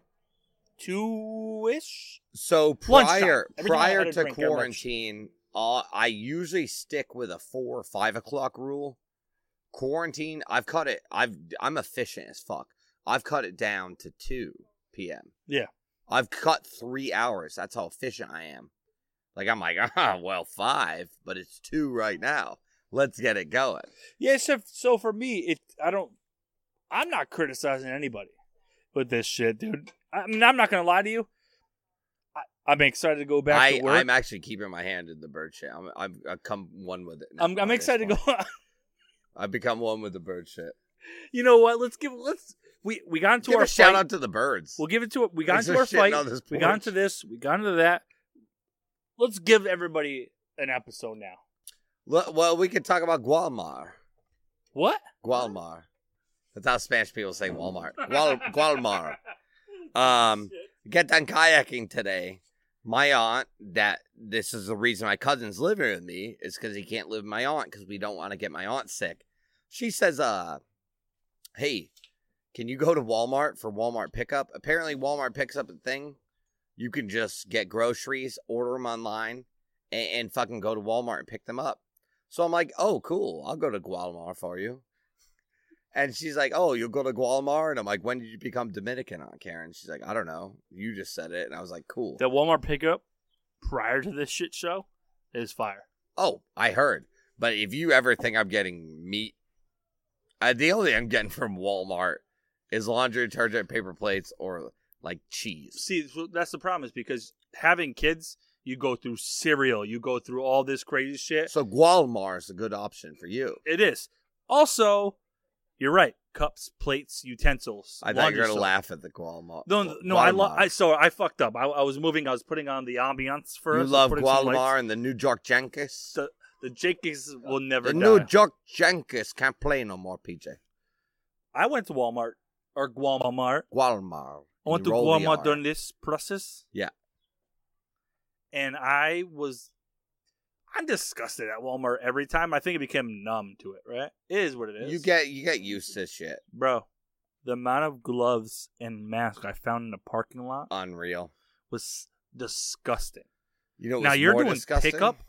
Speaker 3: two ish.
Speaker 4: So
Speaker 3: Lunchtime.
Speaker 4: prior
Speaker 3: Every time I had
Speaker 4: prior
Speaker 3: a
Speaker 4: to
Speaker 3: drink, I lunch.
Speaker 4: quarantine, uh, I usually stick with a four or five o'clock rule. Quarantine, I've cut it. I've I'm efficient as fuck. I've cut it down to two p.m.
Speaker 3: Yeah.
Speaker 4: I've cut three hours. That's how efficient I am. Like I'm like, ah, well, five, but it's two right now. Let's get it going.
Speaker 3: Yeah, so, so for me, it I don't I'm not criticizing anybody with this shit, dude. I mean, I'm not gonna lie to you. I, I'm excited to go back
Speaker 4: I,
Speaker 3: to work.
Speaker 4: I'm actually keeping my hand in the bird shit. I'm, I've, I've come one with it. now
Speaker 3: I'm,
Speaker 4: at
Speaker 3: I'm
Speaker 4: this
Speaker 3: excited to
Speaker 4: point.
Speaker 3: go.
Speaker 4: I've become one with the bird shit.
Speaker 3: you know what? Let's give let's we we got into
Speaker 4: Give
Speaker 3: our
Speaker 4: a shout
Speaker 3: fight.
Speaker 4: out to the birds.
Speaker 3: We'll give it to it. We got
Speaker 4: Thanks
Speaker 3: into
Speaker 4: for
Speaker 3: our
Speaker 4: shitting
Speaker 3: fight.
Speaker 4: on this
Speaker 3: We got
Speaker 4: porch.
Speaker 3: into this. We got into that. Let's give everybody an episode now.
Speaker 4: Le- Well, we could talk about Gualmar.
Speaker 3: What?
Speaker 4: Gualmar. That's how Spanish people say Walmart. Gual- Gualmar. Um, Get done kayaking today. My aunt, that this is the reason my cousin's living with me, is because he can't live with my aunt because we don't want to get my aunt sick. She says, uh, hey, can you go to Walmart for Walmart pickup? Apparently, Walmart picks up a thing. You can just get groceries, order them online, and, and fucking go to Walmart and pick them up. So I'm like, oh, cool. I'll go to Guatemala for you. And she's like, oh, you'll go to Guatemala? And I'm like, when did you become Dominican, Aunt Karen? She's like, I don't know. You just said it. And I was like, cool.
Speaker 3: that Walmart pickup prior to this shit show is fire.
Speaker 4: Oh, I heard. But if you ever think I'm getting meat, uh, the only thing I'm getting from Walmart is laundry detergent, paper plates, or like cheese.
Speaker 3: See, so that's the problem is because having kids, you go through cereal, you go through all this crazy shit.
Speaker 4: So Gualmar is a good option for you.
Speaker 3: It is. Also, you're right. Cups, plates, utensils.
Speaker 4: I thought you were
Speaker 3: laundry
Speaker 4: gonna
Speaker 3: soap.
Speaker 4: laugh at the Gualmar.
Speaker 3: No, no, no, I, lo-
Speaker 4: Gualmar.
Speaker 3: I so I fucked up. I, I was moving. I was putting on the ambiance for
Speaker 4: You
Speaker 3: us,
Speaker 4: love
Speaker 3: putting some lights.
Speaker 4: Gualmar and the New York Yankees.
Speaker 3: The, the Yankees will never
Speaker 4: The
Speaker 3: die.
Speaker 4: New York Yankees can't play no more, PJ.
Speaker 3: I went to Walmart or Walmart.
Speaker 4: Gualmar.
Speaker 3: I went to
Speaker 4: You roll the
Speaker 3: Walmart
Speaker 4: R.
Speaker 3: during this process.
Speaker 4: Yeah.
Speaker 3: And I was, I'm disgusted at Walmart every time. I think it became numb to it. Right? It is what it is.
Speaker 4: You get you get used to shit.
Speaker 3: bro. The amount of gloves and masks I found in the parking lot
Speaker 4: Unreal.
Speaker 3: was disgusting.
Speaker 4: You know
Speaker 3: now
Speaker 4: what's
Speaker 3: you're
Speaker 4: more
Speaker 3: doing
Speaker 4: disgusting?
Speaker 3: pickup,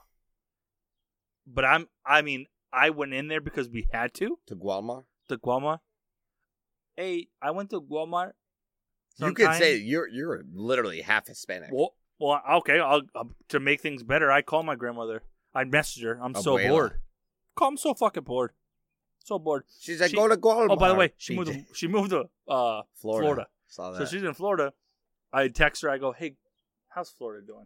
Speaker 3: but I'm. I mean, I went in there because we had to.
Speaker 4: to Gualmar.
Speaker 3: To Walmart. Hey, I went to Walmart.
Speaker 4: You could
Speaker 3: sometime.
Speaker 4: say you're you're literally half Hispanic.
Speaker 3: Well, well, okay. I'll, i to make things better, I call my grandmother. I message her. I'm so
Speaker 4: Abuela.
Speaker 3: bored. Call, I'm so fucking bored. So bored.
Speaker 4: She's like,
Speaker 3: She-
Speaker 4: go to Guatemala.
Speaker 3: Oh, by the way, she
Speaker 4: PJ.
Speaker 3: moved. To, she moved to uh,
Speaker 4: Florida.
Speaker 3: Florida.
Speaker 4: Saw that.
Speaker 3: so she's in Florida. I text her. I go, hey, how's Florida doing?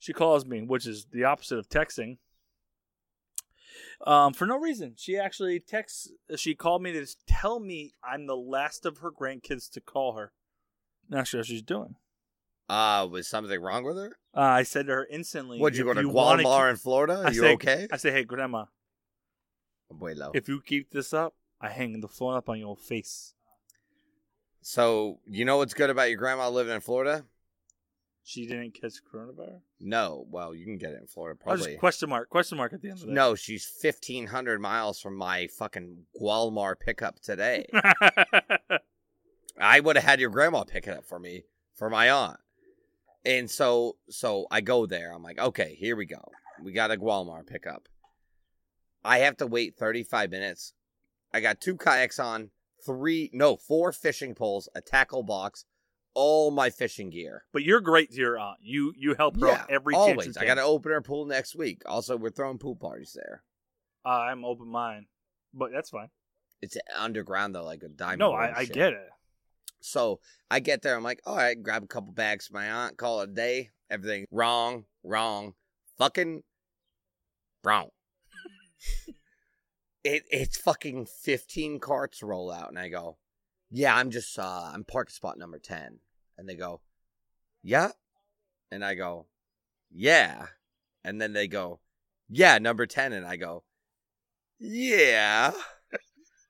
Speaker 3: She calls me, which is the opposite of texting. Um, for no reason, she actually texts. She called me to tell me I'm the last of her grandkids to call her. Not sure how she's doing.
Speaker 4: uh, was something wrong with her?
Speaker 3: Uh, I said to her instantly,
Speaker 4: What you go
Speaker 3: "If
Speaker 4: to
Speaker 3: wanna
Speaker 4: Guatemala
Speaker 3: keep-
Speaker 4: in Florida?
Speaker 3: I
Speaker 4: Are you
Speaker 3: say-
Speaker 4: okay? Oh,
Speaker 3: I say, hey, grandma,
Speaker 4: Abuelo.
Speaker 3: if you keep this up, I hang the phone up on your face.
Speaker 4: so you know what's good about your grandma living in Florida?
Speaker 3: She didn't catch coronavirus.
Speaker 4: No. Well, you can get it in Florida
Speaker 3: I was
Speaker 4: probably.
Speaker 3: just question mark, question mark at the end of that.
Speaker 4: no, she's fifteen hundred miles from my fucking Gualmar pickup today. I would have had your grandma pick it up for me for my aunt. And so so I go there. I'm like, okay, here we go. We got a Gualmar pickup. I have to wait 35 minutes. I got two kayaks on, three no, four fishing poles, a tackle box, all my fishing gear.
Speaker 3: but you're great to your aunt. You you help her out every chance you
Speaker 4: always.
Speaker 3: can.
Speaker 4: I got an opener pool next week. Also, we're throwing pool parties there.
Speaker 3: Uh, I'm open mind, but that's fine.
Speaker 4: It's underground though, like a diamond.
Speaker 3: no,
Speaker 4: mine
Speaker 3: I, I
Speaker 4: shit.
Speaker 3: get it.
Speaker 4: So I get there. I'm like, all right, grab a couple bags for my aunt, call it a day. Everything wrong, wrong, fucking wrong. it it's fucking 15 carts roll out, and I go, yeah, I'm just uh, I'm parking spot number 10, and they go, yeah, and I go, yeah, and then they go, yeah, number 10, and I go, yeah,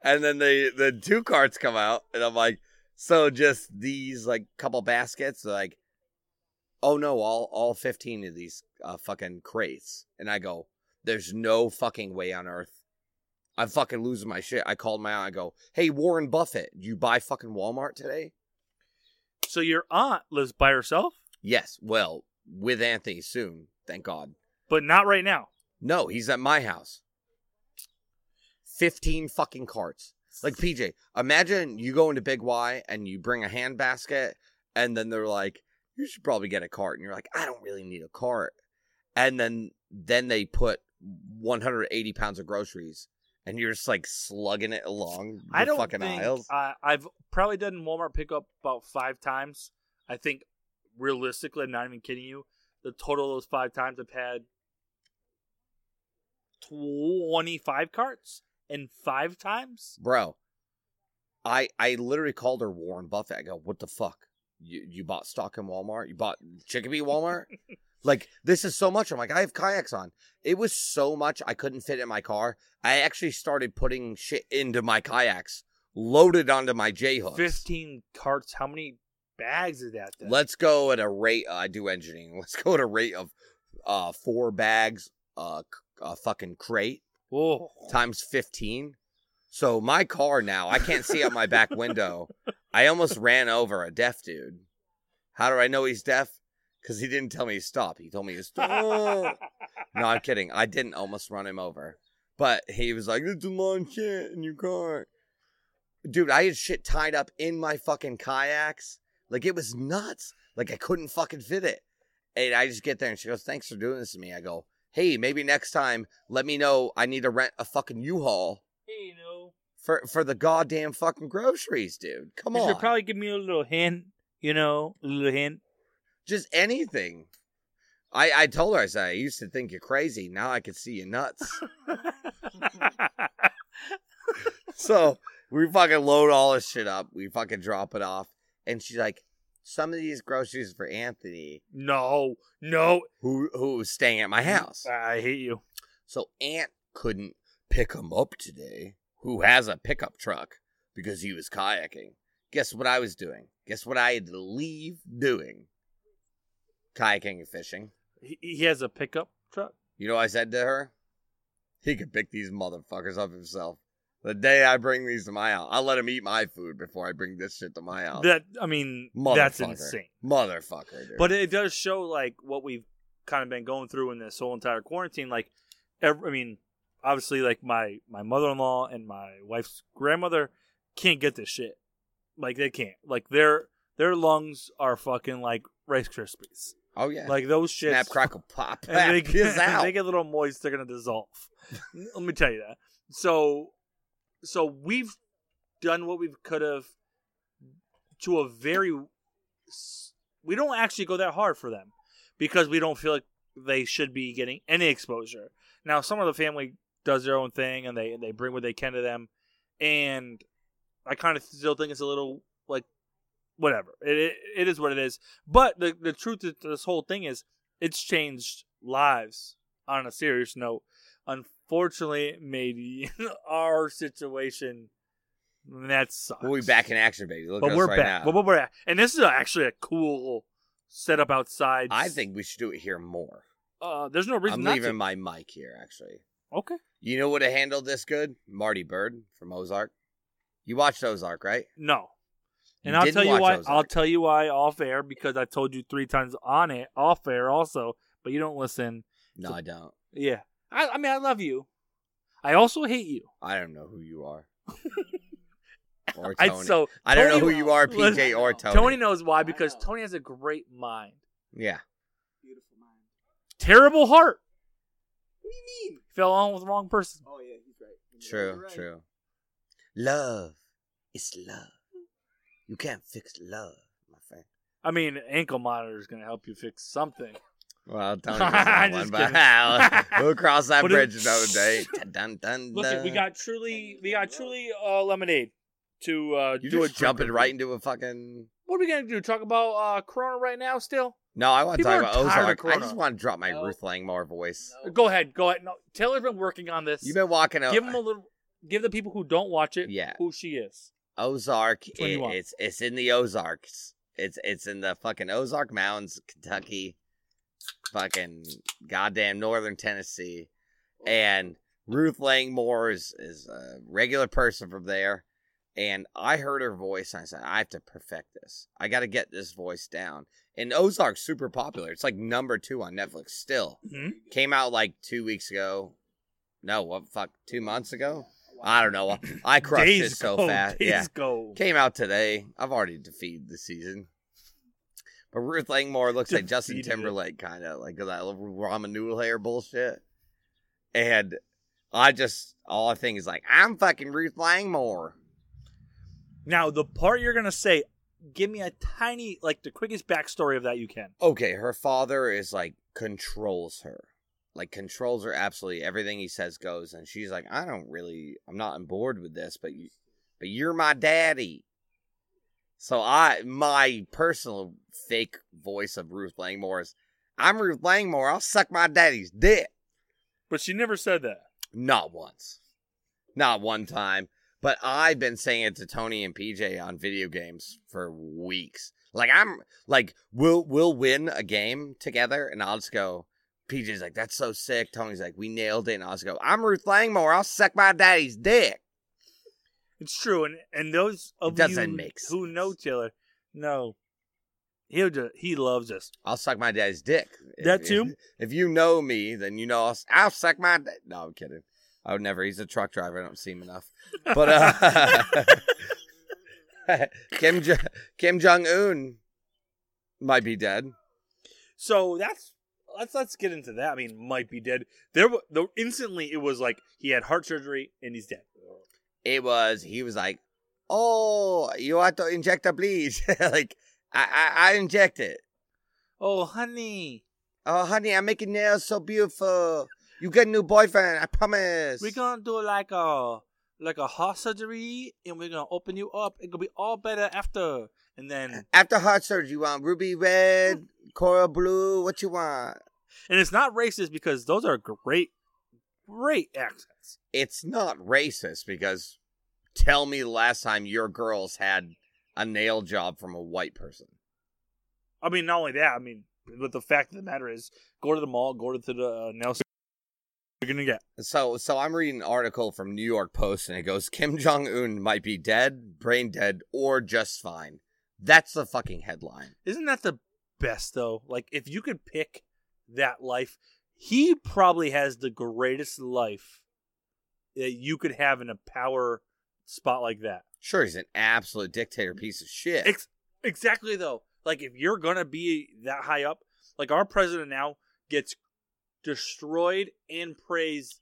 Speaker 4: and then they the two carts come out, and I'm like. So just these like couple baskets, like, oh no, all all fifteen of these uh, fucking crates, and I go, there's no fucking way on earth. I'm fucking losing my shit. I called my aunt. I go, hey Warren Buffett, you buy fucking Walmart today?
Speaker 3: So your aunt lives by herself,
Speaker 4: Yes. Well, with Anthony soon, thank God.
Speaker 3: but not right now.
Speaker 4: No, he's at my house. Fifteen fucking carts. Like PJ, imagine you go into Big Y and you bring a hand basket, and then they're like, "You should probably get a cart," and you're like, "I don't really need a cart," and then then they put 180 pounds of groceries, and you're just like slugging it along the
Speaker 3: I don't
Speaker 4: fucking
Speaker 3: think
Speaker 4: aisles.
Speaker 3: I, I've probably done Walmart pickup about five times. I think realistically, I'm not even kidding you. The total of those five times, I've had 25 carts and five times.
Speaker 4: bro i i literally called her warren buffett i go what the fuck you you bought stock in walmart you bought chickabee walmart like this is so much i'm like i have kayaks on it was so much i couldn't fit in my car i actually started putting shit into my kayaks loaded onto my j-hooks
Speaker 3: 15 carts. How many bags is that? Then?
Speaker 4: let's go at a rate uh, i do engineering let's go at a rate of uh four bags uh c- a fucking crate
Speaker 3: Whoa.
Speaker 4: times 15. So my car now, I can't see out my back window. I almost ran over a deaf dude. How do I know he's deaf? Because he didn't tell me to stop. He told me to stop. no, I'm kidding. I didn't almost run him over. But he was like, it's a long shit in your car. Dude, I had shit tied up in my fucking kayaks. Like, it was nuts. Like, I couldn't fucking fit it. And I just get there and she goes, thanks for doing this to me. I go, hey, maybe next time, let me know I need to rent a fucking U-Haul
Speaker 3: Hey, you know,
Speaker 4: for, for the goddamn fucking groceries, dude. Come
Speaker 3: you
Speaker 4: on.
Speaker 3: should probably give me a little hint, you know, a little hint.
Speaker 4: just anything. I, I told her, I said, I used to think you're crazy. Now I can see you nuts. so we fucking load all this shit up. We fucking drop it off. And she's like, some of these groceries are for Anthony,
Speaker 3: no, no.
Speaker 4: who who was staying at my
Speaker 3: Mm-hmm.
Speaker 4: house.
Speaker 3: I hate you.
Speaker 4: So Aunt couldn't pick him up today, who has a pickup truck, because he was kayaking. Guess what I was doing? Guess what I had to leave doing? Kayaking and fishing.
Speaker 3: He, he has a pickup truck.
Speaker 4: You know what I said to her? He could pick these motherfuckers up himself. The day I bring these to my house, I'll let him eat my food before I bring this shit to my house.
Speaker 3: That I mean, that's insane.
Speaker 4: Motherfucker, dude.
Speaker 3: But it does show like what we've kind of been going through in this whole entire quarantine. Like, ev I mean, obviously, like my my mother in law and my wife's grandmother can't get this shit. Like they can't. Like their their lungs are fucking like Rice Krispies.
Speaker 4: oh yeah,
Speaker 3: Like those shits.
Speaker 4: snap, crackle, pop,
Speaker 3: and they,
Speaker 4: pop, piss
Speaker 3: get,
Speaker 4: out.
Speaker 3: they get a little moist, they're gonna dissolve. Let me tell you that. So, so we've done what we could have to a very. s- We don't actually go that hard for them because we don't feel like they should be getting any exposure. Now, some of the family does their own thing and they they bring what they can to them, and I kind of still think it's a little like whatever. It it, it is what it is. But the the truth of this whole thing is it's changed lives on a serious note. Unfortunately, it made our situation that sucks.
Speaker 4: We'll be back in action, baby. Look at
Speaker 3: but
Speaker 4: us
Speaker 3: we're
Speaker 4: right
Speaker 3: back.
Speaker 4: now.
Speaker 3: But we're back. And this is actually a cool setup outside.
Speaker 4: I think we should do it here more.
Speaker 3: uh, there's no reason
Speaker 4: I'm
Speaker 3: not
Speaker 4: leaving
Speaker 3: to.
Speaker 4: my mic here, actually.
Speaker 3: Okay.
Speaker 4: You know what have handled this good? Marty Bird from Ozark. You watched Ozark, right?
Speaker 3: No. And
Speaker 4: You
Speaker 3: I'll
Speaker 4: didn't
Speaker 3: tell you
Speaker 4: watch
Speaker 3: why.
Speaker 4: Ozark.
Speaker 3: I'll tell you why off air because I told you three times on it off air also, but you don't listen.
Speaker 4: No, I don't.
Speaker 3: Yeah. I, I mean, I love you. I also hate you.
Speaker 4: I don't know who you are. or
Speaker 3: I,
Speaker 4: Tony.
Speaker 3: so
Speaker 4: I don't know
Speaker 3: Tony-
Speaker 4: who you are,
Speaker 3: Listen,
Speaker 4: PJ or Tony.
Speaker 2: Tony
Speaker 3: Tony knows why
Speaker 2: I
Speaker 3: because
Speaker 2: know.
Speaker 3: Tony has a great mind,
Speaker 4: Yeah.
Speaker 2: Beautiful mind.
Speaker 3: terrible heart.
Speaker 2: What do you mean?
Speaker 3: Fell on with the wrong person.
Speaker 2: Oh yeah, he's right. You're
Speaker 4: True,
Speaker 2: right.
Speaker 4: true. Love is love. You can't fix love, my friend.
Speaker 3: I mean, ankle monitor is going to help you fix something.
Speaker 4: Well, Tony
Speaker 3: I'm
Speaker 4: doesn't have
Speaker 3: just
Speaker 4: one, but
Speaker 3: kidding.
Speaker 4: we'll, we'll cross that
Speaker 3: But it-
Speaker 4: bridge another day. Dun, dun, dun,
Speaker 3: Look, it, we
Speaker 4: dun.
Speaker 3: got truly, we got truly uh, lemonade to uh,
Speaker 4: you
Speaker 3: do a
Speaker 4: just jumping
Speaker 3: drinker.
Speaker 4: right into a fucking.
Speaker 3: What are we gonna do? Talk about uh, Corona right now? Still?
Speaker 4: No, I want to
Speaker 3: People
Speaker 4: talk
Speaker 3: are
Speaker 4: about
Speaker 3: tired of
Speaker 4: Ozark. I
Speaker 3: Corona.
Speaker 4: just want to drop my
Speaker 2: No.
Speaker 4: Ruth Langmore voice.
Speaker 2: No.
Speaker 3: Go ahead, go ahead. No, Taylor's been working on this.
Speaker 4: You've been walking out.
Speaker 3: give them a little. Give the people who don't watch it
Speaker 4: Yeah.
Speaker 3: who she is.
Speaker 4: Ozark.
Speaker 3: one do you
Speaker 4: it-
Speaker 3: want?
Speaker 4: it's it's in the Ozarks. It's it's in the fucking Ozark Mountains, Kentucky, fucking goddamn northern Tennessee, and Ruth Langmore is is a regular person from there. And I heard her voice, and I said, I have to perfect this. I got to get this voice down. And Ozark's super popular. It's like number two on Netflix still.
Speaker 3: Hmm?
Speaker 4: Came out like two weeks ago. No, what fuck, two months ago? I don't know. I crushed it so
Speaker 3: go,
Speaker 4: fast.
Speaker 3: Days
Speaker 4: yeah.
Speaker 3: go.
Speaker 4: Came out today. I've already defeated the season. But Ruth Langmore looks like Justin
Speaker 3: Defeated it.
Speaker 4: Timberlake, kind of like that little ramen noodle hair bullshit. And I just, all I think is like, I'm fucking Ruth Langmore.
Speaker 3: Now the part you're gonna say, give me a tiny, like the quickest backstory of that you can.
Speaker 4: Okay, her father is like, controls her. Like, controls her absolutely. Everything he says goes. And she's like, I don't really, I'm not on board with this, but you, but you're my daddy. So I my personal fake voice of Ruth Langmore is I'm Ruth Langmore, I'll suck my daddy's dick.
Speaker 3: But she never said that.
Speaker 4: Not once. Not one time. But I've been saying it to Tony and PJ on video games for weeks. Like I'm like we'll we'll win a game together and I'll just go PJ's like, that's so sick. Tony's like, we nailed it. And I'll just go, I'm Ruth Langmore, I'll suck my daddy's dick.
Speaker 3: It's true, and and those of
Speaker 4: It doesn't
Speaker 3: you
Speaker 4: make
Speaker 3: who
Speaker 4: sense.
Speaker 3: know Taylor, no, he'll just he loves us.
Speaker 4: I'll suck my daddy's dick. If-
Speaker 3: That
Speaker 4: if-
Speaker 3: too?
Speaker 4: If, you know me, then you know I'll, s- I'll suck my. Da- no, I'm kidding. I would never. He's a truck driver. I don't see him enough. But uh, Kim jo- Kim Jong Un might be dead.
Speaker 3: So that's let's let's get into that. I mean, might be dead. There, wa- though, instantly it was like he had heart surgery and he's dead.
Speaker 4: It was. He was like, "Oh, you have to inject a bleach." like I, I I inject it.
Speaker 3: Oh, honey,
Speaker 4: Oh, honey, I'm making nails so beautiful. You get a new boyfriend. I promise.
Speaker 3: we're gonna do like a like a heart surgery, and we're gonna open you up. It'll be all better after. And then, and
Speaker 4: After heart surgery, you want ruby red,
Speaker 3: Mm.
Speaker 4: coral blue. What you want?
Speaker 3: it's not racist because those are great, great accents.
Speaker 4: it's not racist because tell me the last time your girls had a nail job from a white person.
Speaker 3: I mean, not only that. I mean, but the fact of the matter is, go to the mall, go to the uh, nail. salon, You're gonna get
Speaker 4: So so I'm reading an article from New York Post and it goes Kim Jong Un might be dead, brain dead or just fine. That's the fucking headline.
Speaker 3: Isn't that the best though? Like if you could pick that life, he probably has the greatest life that you could have in a power spot like that.
Speaker 4: Sure he's an absolute dictator piece of shit.
Speaker 3: Ex- exactly though. Like if you're gonna be that high up, like our president now gets destroyed and praised,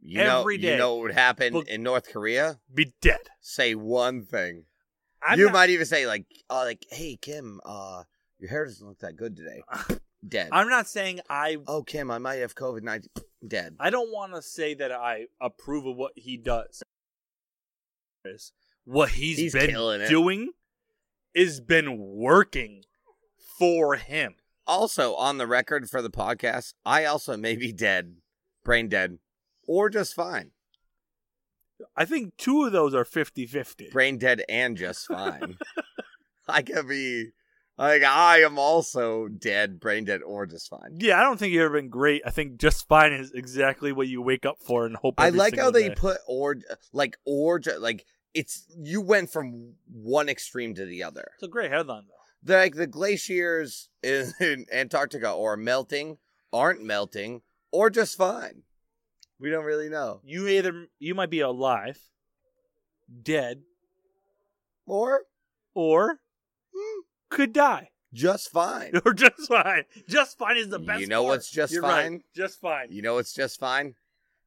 Speaker 4: you know,
Speaker 3: every
Speaker 4: You
Speaker 3: day.
Speaker 4: know what would happen
Speaker 3: Look-
Speaker 4: in North Korea?
Speaker 3: be dead.
Speaker 4: Say one thing.
Speaker 3: I'm
Speaker 4: you
Speaker 3: not-
Speaker 4: might even say like oh like hey Kim, uh your hair doesn't look that good today. Dead.
Speaker 3: I'm not saying I
Speaker 4: oh Kim, I might have COVID nineteen dead.
Speaker 3: I don't want to say that I approve of what he does. What
Speaker 4: He's
Speaker 3: he's been
Speaker 4: killing it.
Speaker 3: doing has been working for him.
Speaker 4: also on the record for the podcast, I also may be dead, brain dead, or just fine.
Speaker 3: I think two of those are 50 50.
Speaker 4: Brain dead and just fine. I could be like I am also dead, brain dead, or just fine.
Speaker 3: Yeah, I don't think you've ever been great. I think just fine is exactly what you wake up for and hope.
Speaker 4: I
Speaker 3: every
Speaker 4: like how
Speaker 3: single
Speaker 4: they
Speaker 3: day.
Speaker 4: put or like or ju- like it's you went from one extreme to the other.
Speaker 3: It's a great headline though.
Speaker 4: The, like the glaciers in, in Antarctica are melting, aren't melting, or just fine. We don't really know.
Speaker 3: You either you might be alive, dead,
Speaker 4: Or
Speaker 3: or
Speaker 4: hmm,
Speaker 3: could die.
Speaker 4: just fine.
Speaker 3: Or just fine. Just fine is the
Speaker 4: You
Speaker 3: best.
Speaker 4: know
Speaker 3: part.
Speaker 4: what's just
Speaker 3: You're right.
Speaker 4: fine?
Speaker 3: Just fine.
Speaker 4: You know it's just fine?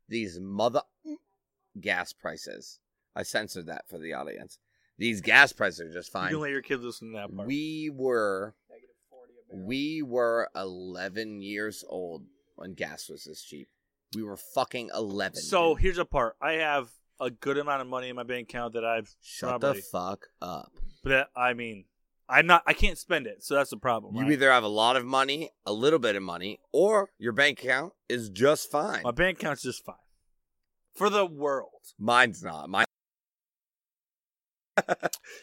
Speaker 4: These mother gas prices. I censored that for the audience. These gas prices are just
Speaker 3: You
Speaker 4: fine.
Speaker 3: can let your kids listen to that part.
Speaker 4: We were
Speaker 2: Negative 40 a barrel.
Speaker 4: we were 11 years old when gas was this cheap. We were fucking 11.
Speaker 3: so
Speaker 4: dude.
Speaker 3: here's a part. I have a good amount of money in my bank account that I've
Speaker 4: shut
Speaker 3: probably-
Speaker 4: the fuck up.
Speaker 3: But that, I mean, I'm not. I can't spend it, so that's the problem.
Speaker 4: You
Speaker 3: right?
Speaker 4: either have a lot of money, a little bit of money, or your bank account is just fine.
Speaker 3: My bank account's just fine for the world.
Speaker 4: Mine's not. Mine.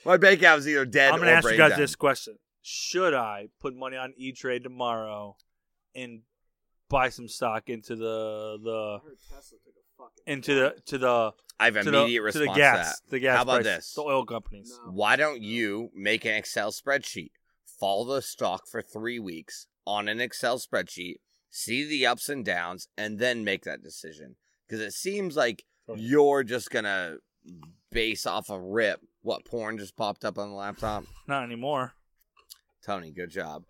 Speaker 4: My bank account is either dead
Speaker 3: I'm
Speaker 4: or
Speaker 3: gonna ask you
Speaker 4: brain
Speaker 3: guys
Speaker 4: dead.
Speaker 3: this question: Should I put money on E Trade tomorrow and buy some stock into the
Speaker 2: I
Speaker 3: the
Speaker 2: heard Tesla took a fucking.
Speaker 3: into the to the
Speaker 4: I have
Speaker 3: to
Speaker 4: immediate
Speaker 3: the,
Speaker 4: response
Speaker 3: to the
Speaker 4: to that.
Speaker 3: gas the gas
Speaker 4: How about
Speaker 3: price,
Speaker 4: this?
Speaker 3: the oil companies?
Speaker 2: No.
Speaker 4: Why don't you make an Excel spreadsheet? Follow the stock for three weeks on an Excel spreadsheet, see the ups and downs, and then make that decision. Because it seems like
Speaker 3: Totally.
Speaker 4: you're just gonna mm, base off a rip. What porn just popped up on the laptop?
Speaker 3: Not anymore.
Speaker 4: Tony, good job.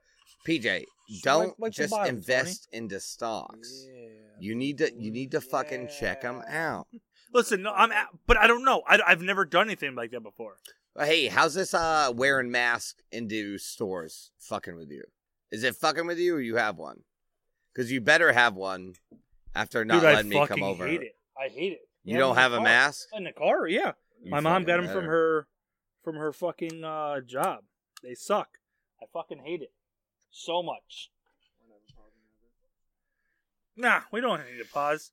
Speaker 4: PJ,
Speaker 3: Just
Speaker 4: don't
Speaker 3: wipe- wipe the
Speaker 4: just
Speaker 3: bottom, Tony.
Speaker 4: invest into stocks. You need to you need to fucking check 'em check them out.
Speaker 3: Listen, no, I'm at, but I don't know. I, I've never done anything like that before.
Speaker 4: Hey, how's this uh wearing mask into stores fucking with you? Is it fucking with you or you have one? Because you better have one after not
Speaker 3: Dude, I
Speaker 4: letting me
Speaker 3: fucking
Speaker 4: come over.
Speaker 3: hate it. I hate it.
Speaker 4: You
Speaker 3: Yeah,
Speaker 4: don't
Speaker 3: in the
Speaker 4: have a
Speaker 3: car.
Speaker 4: mask?
Speaker 3: in the car. Yeah,
Speaker 4: You
Speaker 3: my mom
Speaker 4: fucking
Speaker 3: got them from
Speaker 4: better.
Speaker 3: her from her fucking uh, job. They suck. I fucking hate it so much. Nah, we don't need to pause.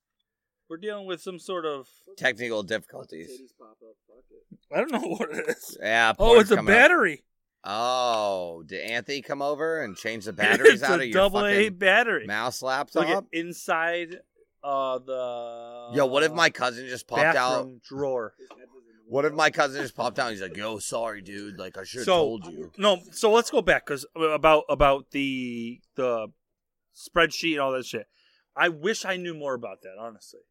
Speaker 3: We're dealing with some sort of
Speaker 4: Technical
Speaker 2: Let the
Speaker 4: difficulties.
Speaker 2: titties pop up. Fuck it.
Speaker 3: I don't know what it is.
Speaker 4: Yeah.
Speaker 3: Oh,
Speaker 4: porn's
Speaker 3: it's a
Speaker 4: coming up.
Speaker 3: battery.
Speaker 4: Oh, did Anthony come over and change the batteries
Speaker 3: it's
Speaker 4: out
Speaker 3: a
Speaker 4: of your
Speaker 3: double A
Speaker 4: fucking
Speaker 3: battery.
Speaker 4: mouse
Speaker 3: Look at
Speaker 4: laptop?
Speaker 3: inside uh, the
Speaker 4: Yo, what if my cousin just popped out?
Speaker 3: Uh, bathroom drawer?
Speaker 2: His head was in the
Speaker 4: What if
Speaker 2: window.
Speaker 4: my cousin just popped out? He's like, "Yo, sorry, dude. Like, I should have
Speaker 3: So-
Speaker 4: told you."
Speaker 3: No, so let's go back because about about the the spreadsheet and all that shit. I wish I knew more about that, honestly.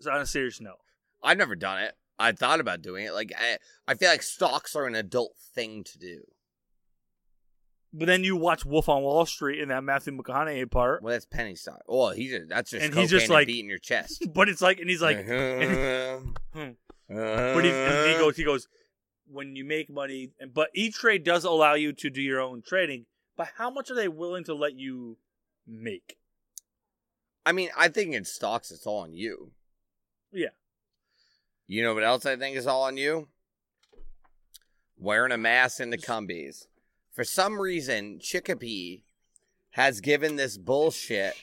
Speaker 3: So on a serious note,
Speaker 4: I've never done it. I thought about doing it. Like I, I feel like stocks are an adult thing to do.
Speaker 3: but then you watch Wolf on Wall Street and that Matthew McConaughey part,
Speaker 4: Well, that's penny stock. Well, he's just, that's just
Speaker 3: And
Speaker 4: cocaine
Speaker 3: he's just
Speaker 4: and
Speaker 3: like-
Speaker 4: beating your chest.
Speaker 3: but it's like, and he's like, but he, and he
Speaker 4: Uh-huh.
Speaker 3: goes, he goes, when you make money, and but E Trade does allow you to do your own trading, but how much are they willing to let you make?
Speaker 4: I mean, I think in stocks, it's all on you.
Speaker 3: Yeah.
Speaker 4: You know what else I think is all on you? Wearing a mask in the cumbies. For some reason, Chicopee has given this bullshit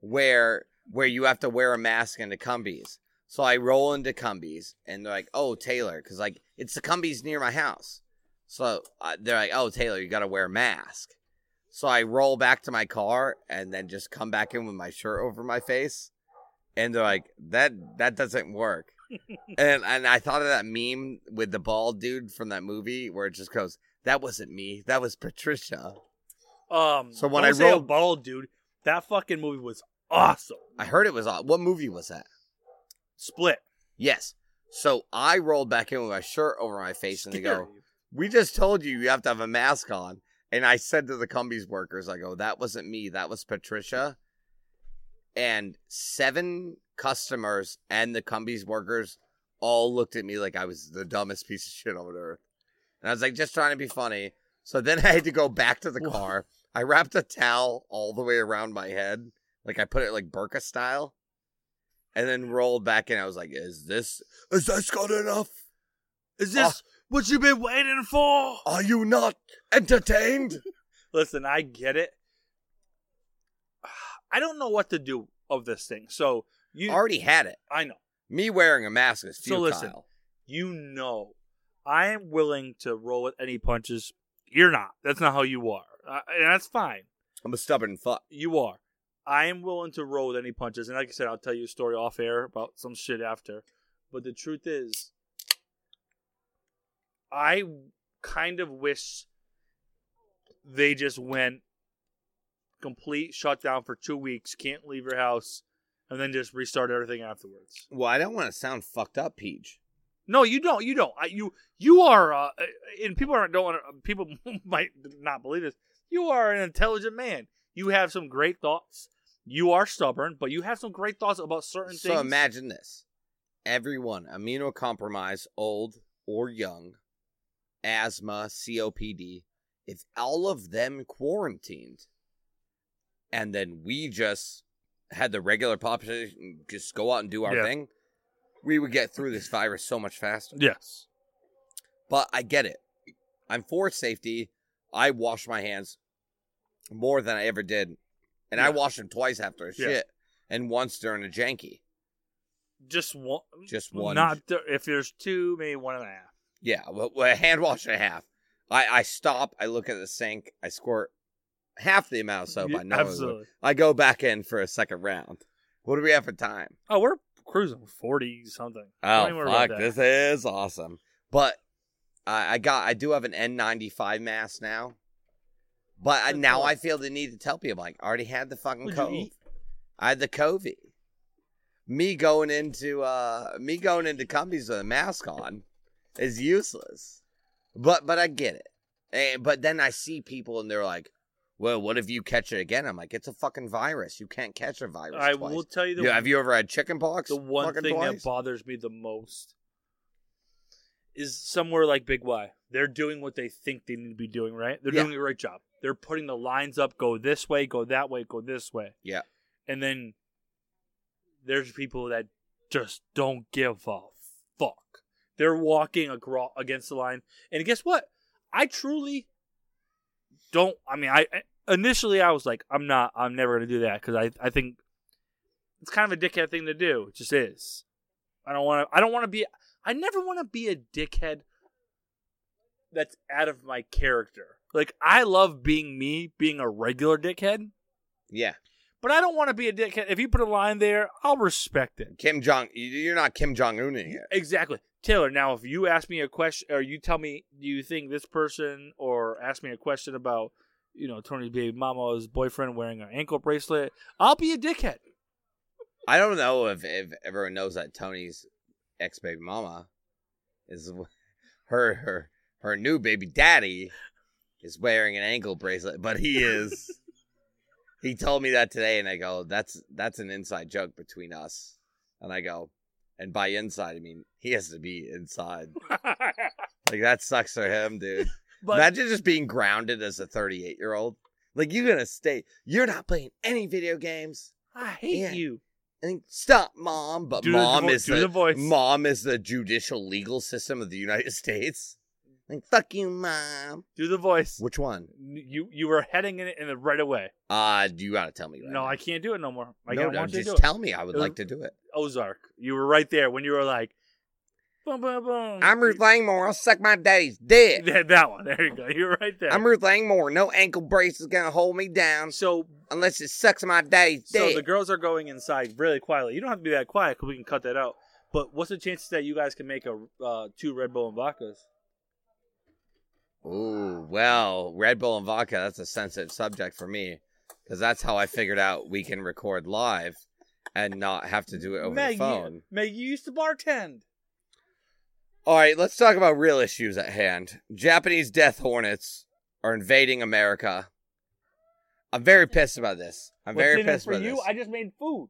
Speaker 4: where where you have to wear a mask in the cumbies. So I roll into cumbies and they're like, "Oh, Taylor," because like it's the cumbies near my house. So uh, they're like, "Oh, Taylor, you got to wear a mask." So I roll back to my car and then just come back in with my shirt over my face. And they're like, that that doesn't work. and and I thought of that meme with the bald dude from that movie where it just goes, That wasn't me, that was Patricia.
Speaker 3: Um,
Speaker 4: So when
Speaker 3: don't
Speaker 4: I
Speaker 3: say a
Speaker 4: rolled-
Speaker 3: bald dude, that fucking movie was awesome.
Speaker 4: I heard it was on what movie was that?
Speaker 3: Split.
Speaker 4: Yes. So I rolled back in with my shirt over my face and they
Speaker 3: Scary.
Speaker 4: go, We just told you you have to have a mask on. And I said to the Cumbies workers, I go, that wasn't me. That was Patricia. And seven customers and the Cumbies workers all looked at me like I was the dumbest piece of shit on earth. And I was like, just trying to be funny. So then I had to go back to the
Speaker 3: Wha-
Speaker 4: car. I wrapped a towel all the way around my head. Like I put it like burqa style. And then rolled back in. I was like, is this is this good enough?
Speaker 3: Is
Speaker 4: this
Speaker 3: what you've been waiting for?
Speaker 4: Are you not entertained?
Speaker 3: Listen, I get it. I don't know what to do of this thing. So you,
Speaker 4: already had it.
Speaker 3: I know,
Speaker 4: Me wearing a mask is
Speaker 3: So
Speaker 4: futile.
Speaker 3: listen. you know, I am willing to roll with any punches. You're not. That's not how you are, I, and that's fine.
Speaker 4: I'm a stubborn fuck.
Speaker 3: You are. I am willing to roll with any punches, and like I said, I'll tell you a story off air about some shit after. But the truth is, I kind of wish they just went complete shutdown for two weeks, can't leave your house, and then just restart everything afterwards.
Speaker 4: Well, I don't want to sound fucked up, Peach.
Speaker 3: No, you don't. You don't. I, you you are, uh, and people are don't. wanna- People might not believe this. You are an intelligent man. You have some great thoughts. You are stubborn, but you have some great thoughts about certain
Speaker 4: So
Speaker 3: things.
Speaker 4: imagine this. everyone immunocompromised, old or young, asthma, COPD, if all of them quarantined and then we just had the regular population just go out and do our
Speaker 3: Yeah.
Speaker 4: thing, we would get through this virus so much faster.
Speaker 3: Yes.
Speaker 4: But I get it. I'm for safety. I wash my hands more than I ever did. And I
Speaker 3: Yeah.
Speaker 4: washed them twice after a
Speaker 3: Yeah.
Speaker 4: shit and once during a janky.
Speaker 3: Just one.
Speaker 4: Just one.
Speaker 3: Not th- if there's two, maybe one and a half.
Speaker 4: Yeah, well, well, a hand wash and a half. I, I stop, I look at the sink, I squirt half the amount of soap
Speaker 3: Yeah,
Speaker 4: I normally would.
Speaker 3: absolutely.
Speaker 4: I go back in for a second round. What do we have for time?
Speaker 3: Oh, we're cruising forty something. Don't even
Speaker 4: Oh
Speaker 3: worry about
Speaker 4: fuck,
Speaker 3: that.
Speaker 4: this is awesome. But I, I got I do have an N95 mask now. But I,
Speaker 3: Good
Speaker 4: now
Speaker 3: call.
Speaker 4: I feel the need to tell people like I already had the fucking
Speaker 3: What'd you
Speaker 4: COVID.
Speaker 3: eat?
Speaker 4: I had the COVID. Me going into uh me going into companies with a mask on is useless. But but I get it. And, but then I see people and they're like, "Well, what if you catch it again?" I'm like, "It's a fucking virus. You can't catch a virus."
Speaker 3: I
Speaker 4: twice.
Speaker 3: will tell you the
Speaker 4: Yeah, have you ever had chickenpox?
Speaker 3: the one
Speaker 4: fucking
Speaker 3: thing
Speaker 4: twice?
Speaker 3: that bothers me the most is somewhere like Big Y. They're doing what they think they need to be doing, right? They're
Speaker 4: Yeah.
Speaker 3: doing the right job. They're putting the lines up, go this way, go that way, go this way.
Speaker 4: Yeah.
Speaker 3: And then there's people that just don't give a fuck. They're walking agro- against the line. And guess what? I truly don't. I mean, I I- initially I was like, I'm not. I'm never gonna do that because I I think it's kind of a dickhead thing to do. It just is. I don't want to. I don't want to be. I never want to be a dickhead. That's out of my character. Like I love being me, being a regular dickhead,
Speaker 4: yeah,
Speaker 3: but I don't want to be a dickhead. If you put a line there, I'll respect it.
Speaker 4: Kim Jong. you- You're not Kim Jong Un yet.
Speaker 3: Exactly. Taylor, now if you ask me a question or you tell me do you think this person or ask me a question about, you know, Tony's baby mama's boyfriend wearing an ankle bracelet, I'll be a dickhead.
Speaker 4: I don't know if, if everyone knows that Tony's ex baby mama is her her her new baby daddy is wearing an ankle bracelet, but he is. he told me that today, and I go, "That's that's an inside joke between us." And I go, and by inside I mean he has to be inside. Like that sucks for him, dude.
Speaker 3: but
Speaker 4: Imagine just being grounded as a 38 year old. Like you're gonna stay. You're not playing any video games.
Speaker 3: I hate
Speaker 4: Yeah.
Speaker 3: you.
Speaker 4: And stop, mom. But
Speaker 3: Do the
Speaker 4: mom
Speaker 3: vo-
Speaker 4: is
Speaker 3: do
Speaker 4: the,
Speaker 3: the voice.
Speaker 4: mom is the judicial legal system of the United States. Like fuck you, mom.
Speaker 3: Do the voice.
Speaker 4: Which one?
Speaker 3: You you were heading in it in the right away.
Speaker 4: Uh you gotta tell me. Right
Speaker 3: No,
Speaker 4: now.
Speaker 3: I can't do it no more. I
Speaker 4: no,
Speaker 3: gotta
Speaker 4: no,
Speaker 3: want you to do
Speaker 4: just
Speaker 3: it.
Speaker 4: tell me. I would
Speaker 3: It was-
Speaker 4: like to do it.
Speaker 3: Ozark. You were right there when you were like boom boom boom.
Speaker 4: I'm Ruth Langmore. I'll suck my daddy's dick.
Speaker 3: Yeah, that one. There you go. You were right there.
Speaker 4: I'm Ruth Langmore. No ankle brace is gonna hold me down
Speaker 3: so
Speaker 4: unless it sucks my daddy's
Speaker 3: So
Speaker 4: dick.
Speaker 3: the girls are going inside really quietly. You don't have to be that quiet because we can cut that out. But what's the chances that you guys can make a uh, two Red Bull and vodkas?
Speaker 4: Ooh, well, Red Bull and vodka, that's a sensitive subject for me because that's how I figured out we can record live and not have to do it over the
Speaker 3: Meg,
Speaker 4: phone.
Speaker 3: You, Meg, you used to bartend.
Speaker 4: All right, let's talk about real issues at hand. Japanese death hornets are invading America. I'm very pissed about this. I'm
Speaker 3: What's
Speaker 4: very
Speaker 3: in it
Speaker 4: pissed
Speaker 3: for
Speaker 4: about
Speaker 3: you.
Speaker 4: this.
Speaker 3: I just made food.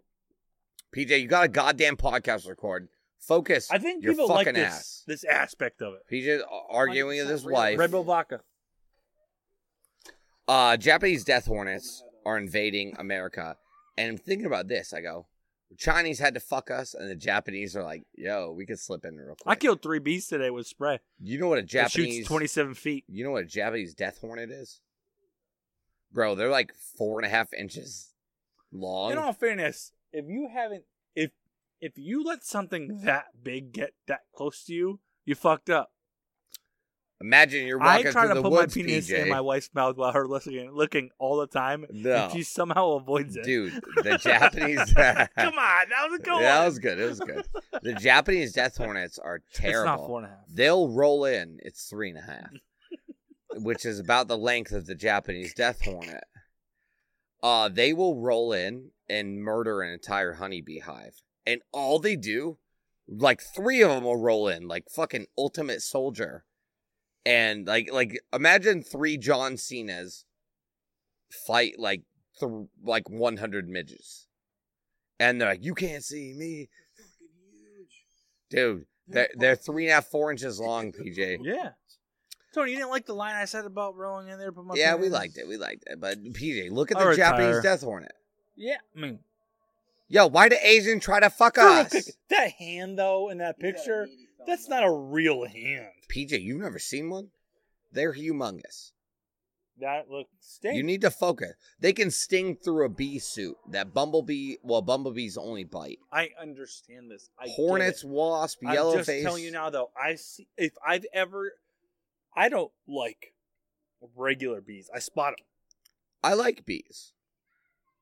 Speaker 4: PJ, you got a goddamn podcast record. Focus.
Speaker 3: I think
Speaker 4: your
Speaker 3: people like
Speaker 4: fucking
Speaker 3: this
Speaker 4: ass.
Speaker 3: this aspect of it.
Speaker 4: PJ's ar- arguing with his
Speaker 2: 100% real.
Speaker 4: wife.
Speaker 2: If-
Speaker 3: Red Bull vodka.
Speaker 4: Uh, Japanese death hornets are invading America. And I'm thinking about this. I go, Chinese had to fuck us, and the Japanese are like, yo, we could slip in real quick.
Speaker 3: I killed three bees today with spray.
Speaker 4: You know what a
Speaker 3: It
Speaker 4: Japanese
Speaker 3: shoots twenty seven feet.
Speaker 4: You know what a Japanese death hornet is? Bro, they're like four and a half inches long.
Speaker 3: In all fairness, if you haven't, if if you let something that big get that close to you, you fucked up.
Speaker 4: Imagine you're
Speaker 3: I
Speaker 4: walking
Speaker 3: try
Speaker 4: through
Speaker 3: to
Speaker 4: the
Speaker 3: put
Speaker 4: woods,
Speaker 3: my penis
Speaker 4: PJ.
Speaker 3: in my wife's mouth while her looking looking all the time,
Speaker 4: No.
Speaker 3: and she somehow avoids it.
Speaker 4: Dude, the Japanese.
Speaker 3: Come on, that was a good
Speaker 4: that
Speaker 3: one.
Speaker 4: was good. It was good. The Japanese death hornets are terrible.
Speaker 3: It's not four and a half.
Speaker 4: They'll roll in. It's three and a half, which is about the length of the Japanese death hornet. Uh, they will roll in and murder an entire honeybee hive, and all they do, like three of them will roll in, like fucking ultimate soldier, and like like imagine three John Cena's fight like th- like one hundred midgets, and they're like, you can't see me,
Speaker 2: Fucking huge.
Speaker 4: dude. They're they're three and a half, four inches long, PJ.
Speaker 3: Yeah. Tony, you didn't like the line I said about rolling in there, but my
Speaker 4: Yeah, we
Speaker 3: penis-
Speaker 4: liked it. We liked it. But PJ, look at
Speaker 3: I'll
Speaker 4: the Japanese
Speaker 3: retire.
Speaker 4: death hornet.
Speaker 3: Yeah, I mean,
Speaker 4: Yo, why do Asian try to fuck us?
Speaker 3: that hand though in that picture, that's not a real hand.
Speaker 4: PJ, you've never seen one? They're humongous.
Speaker 3: That looks stinks.
Speaker 4: You need to focus. They can sting through a bee suit. That bumblebee, well, bumblebees only bite.
Speaker 3: I understand this. I get
Speaker 4: Hornets,
Speaker 3: it.
Speaker 4: wasp,
Speaker 3: I'm
Speaker 4: yellowface.
Speaker 3: just telling you now though. I see if I've ever, I don't like regular bees. I spot them.
Speaker 4: I like bees.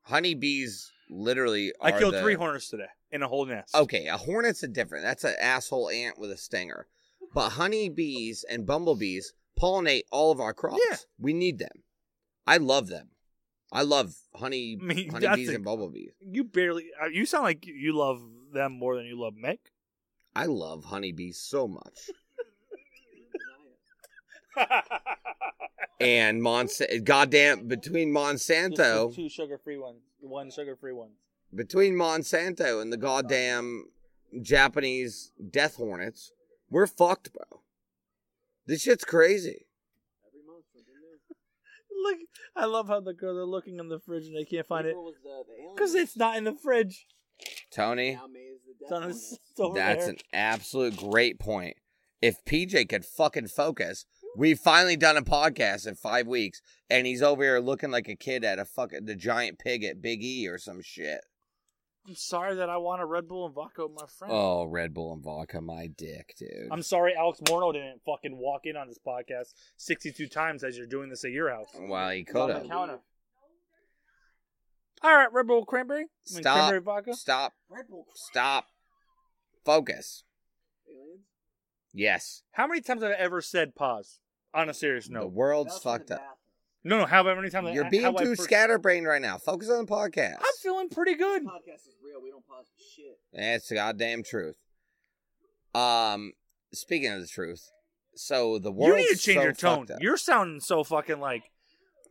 Speaker 4: Honeybees literally. Are
Speaker 3: I killed
Speaker 4: the-
Speaker 3: three hornets today in a whole nest.
Speaker 4: Okay, a hornet's a different. That's an asshole ant with a stinger. But honeybees and bumblebees pollinate all of our crops.
Speaker 3: Yeah.
Speaker 4: We need them. I love them. I love honey
Speaker 3: I mean, that's
Speaker 4: honeybees
Speaker 3: a-
Speaker 4: and bumblebees.
Speaker 3: You barely. uh, You sound like you love them more than you love Mick.
Speaker 4: I love honeybees so much. and Monsanto, goddamn, between Monsanto,
Speaker 3: two sugar-free ones, one sugar-free ones.
Speaker 4: between Monsanto and the goddamn Japanese death hornets, we're fucked, bro. This shit's crazy.
Speaker 2: Every month, something new.
Speaker 3: Look, I love how the girl they're looking in the fridge and they can't find it
Speaker 2: April was the- the alien.
Speaker 3: because it's not in the fridge.
Speaker 4: Tony,
Speaker 2: Now May is the death
Speaker 3: It's on a,
Speaker 2: hornet.
Speaker 3: it's over
Speaker 4: that's
Speaker 3: there.
Speaker 4: an absolute great point. If PJ could fucking focus, we've finally done a podcast in five weeks, and he's over here looking like a kid at a fucking the giant pig at Big E or some shit.
Speaker 3: I'm sorry that I want a Red Bull and vodka with my friend.
Speaker 4: Oh, Red Bull and vodka, my dick, dude.
Speaker 3: I'm sorry Alex Morno didn't fucking walk in on this podcast 62 times as you're doing this at your house.
Speaker 4: Well, he
Speaker 3: on
Speaker 4: could
Speaker 3: the
Speaker 4: have.
Speaker 3: counter. All right, Red Bull cranberry. I mean,
Speaker 4: Stop.
Speaker 3: Cranberry vodka.
Speaker 4: Stop.
Speaker 2: Red Bull cr-
Speaker 4: Stop. Focus.
Speaker 2: aliens.
Speaker 4: Yes.
Speaker 3: How many times have I ever said pause? On a serious
Speaker 4: The
Speaker 3: note.
Speaker 4: world's
Speaker 2: That's in the
Speaker 4: fucked up.
Speaker 2: bathroom.
Speaker 3: No, no. How many times?
Speaker 4: You're
Speaker 3: I,
Speaker 4: being
Speaker 3: how I
Speaker 4: too
Speaker 3: first-
Speaker 4: scatterbrained right now. Focus on the podcast.
Speaker 3: I'm feeling pretty good.
Speaker 2: This podcast is real. We don't pause for shit.
Speaker 4: That's the goddamn truth. Um, speaking of the truth, so the world.
Speaker 3: You need to change your tone. You're sounding so fucking like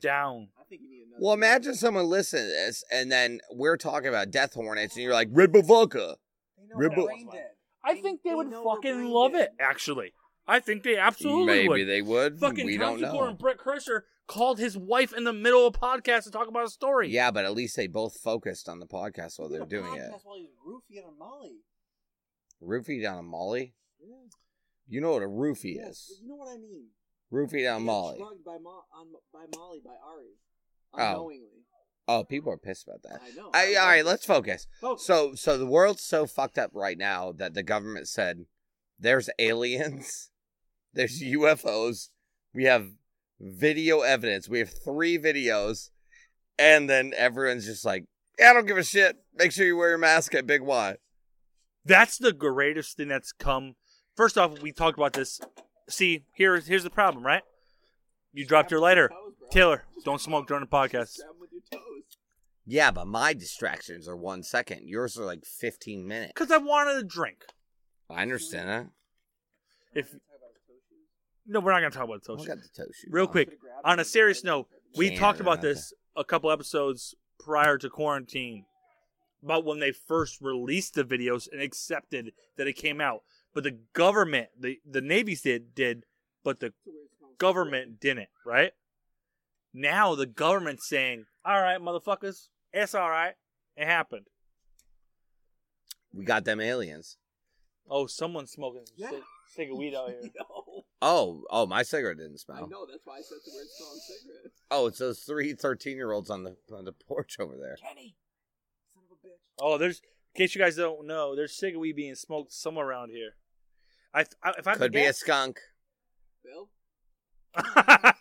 Speaker 3: down.
Speaker 2: I think you need another.
Speaker 4: Well, imagine someone listening to this, and then we're talking about death hornets, and you're like Red Bull vodka.
Speaker 2: They know
Speaker 4: Red
Speaker 2: we're
Speaker 4: Bull-
Speaker 2: brain dead.
Speaker 3: I think they
Speaker 2: They
Speaker 3: would
Speaker 2: know we're
Speaker 3: fucking
Speaker 2: brain
Speaker 3: love
Speaker 2: dead.
Speaker 3: it. Actually, I think they absolutely
Speaker 4: Maybe
Speaker 3: would.
Speaker 4: they would.
Speaker 3: fucking
Speaker 4: we
Speaker 3: Tom
Speaker 4: don't
Speaker 3: Segura
Speaker 4: know.
Speaker 3: and Brett Kreischer called his wife in the middle of a podcast to talk about a story.
Speaker 4: Yeah, but at least they both focused on the podcast while
Speaker 2: We
Speaker 4: they're
Speaker 2: did a
Speaker 4: doing it.
Speaker 2: podcast While he's roofing on Molly.
Speaker 4: Roofie down a Molly.
Speaker 2: Yeah.
Speaker 4: You know what a roofie
Speaker 2: Yeah,
Speaker 4: is.
Speaker 2: You know what I mean.
Speaker 4: Roofie
Speaker 2: He
Speaker 4: down
Speaker 2: got
Speaker 4: Molly.
Speaker 2: drugged by, Mo- on, by Molly by Ari.
Speaker 4: Oh.
Speaker 2: Unknowingly.
Speaker 4: Oh, people are pissed about that.
Speaker 2: I know.
Speaker 4: I, all right, let's focus.
Speaker 2: Oh,
Speaker 4: So, so the world's so fucked up right now that the government said there's aliens, there's UFOs, we have video evidence, we have three videos, and then everyone's just like, yeah, I don't give a shit. Make sure you wear your mask at Big Y.
Speaker 3: That's the greatest thing that's come. First off, we talked about this. See, here, here's the problem, right? You dropped your lighter. Taylor, don't smoke during the podcast.
Speaker 2: Grab him with your toes.
Speaker 4: Yeah, but my distractions are one second. Yours are like fifteen minutes.
Speaker 3: Because I wanted a drink.
Speaker 4: I understand that.
Speaker 3: If No, we're not going to talk about the
Speaker 4: I
Speaker 3: social.
Speaker 4: got the Oh, toe shoes
Speaker 3: Oh, Real
Speaker 4: on.
Speaker 3: quick, on a serious note, we
Speaker 4: Can't
Speaker 3: talked about
Speaker 4: remember.
Speaker 3: this a couple episodes prior to quarantine about when they first released the videos and accepted that it came out. But the government, the, the Navy did, did, but the government didn't, right? Now the government's saying, all right, motherfuckers, it's all right. It happened.
Speaker 4: We got them aliens.
Speaker 3: Oh, someone's smoking some
Speaker 2: Yeah.
Speaker 3: sick, sick of weed out here.
Speaker 2: No.
Speaker 4: Oh, oh, my cigarette didn't
Speaker 2: I
Speaker 4: smell.
Speaker 2: know, that's why I said the word song cigarette.
Speaker 4: Oh, it's those three 13 year olds on the on the porch over there.
Speaker 2: Kenny! Son of a bitch.
Speaker 3: Oh, there's, in case you guys don't know, there's cigarette weed being smoked somewhere around here. I, I, if I
Speaker 4: Could be a
Speaker 3: guess-
Speaker 4: skunk.
Speaker 2: Bill?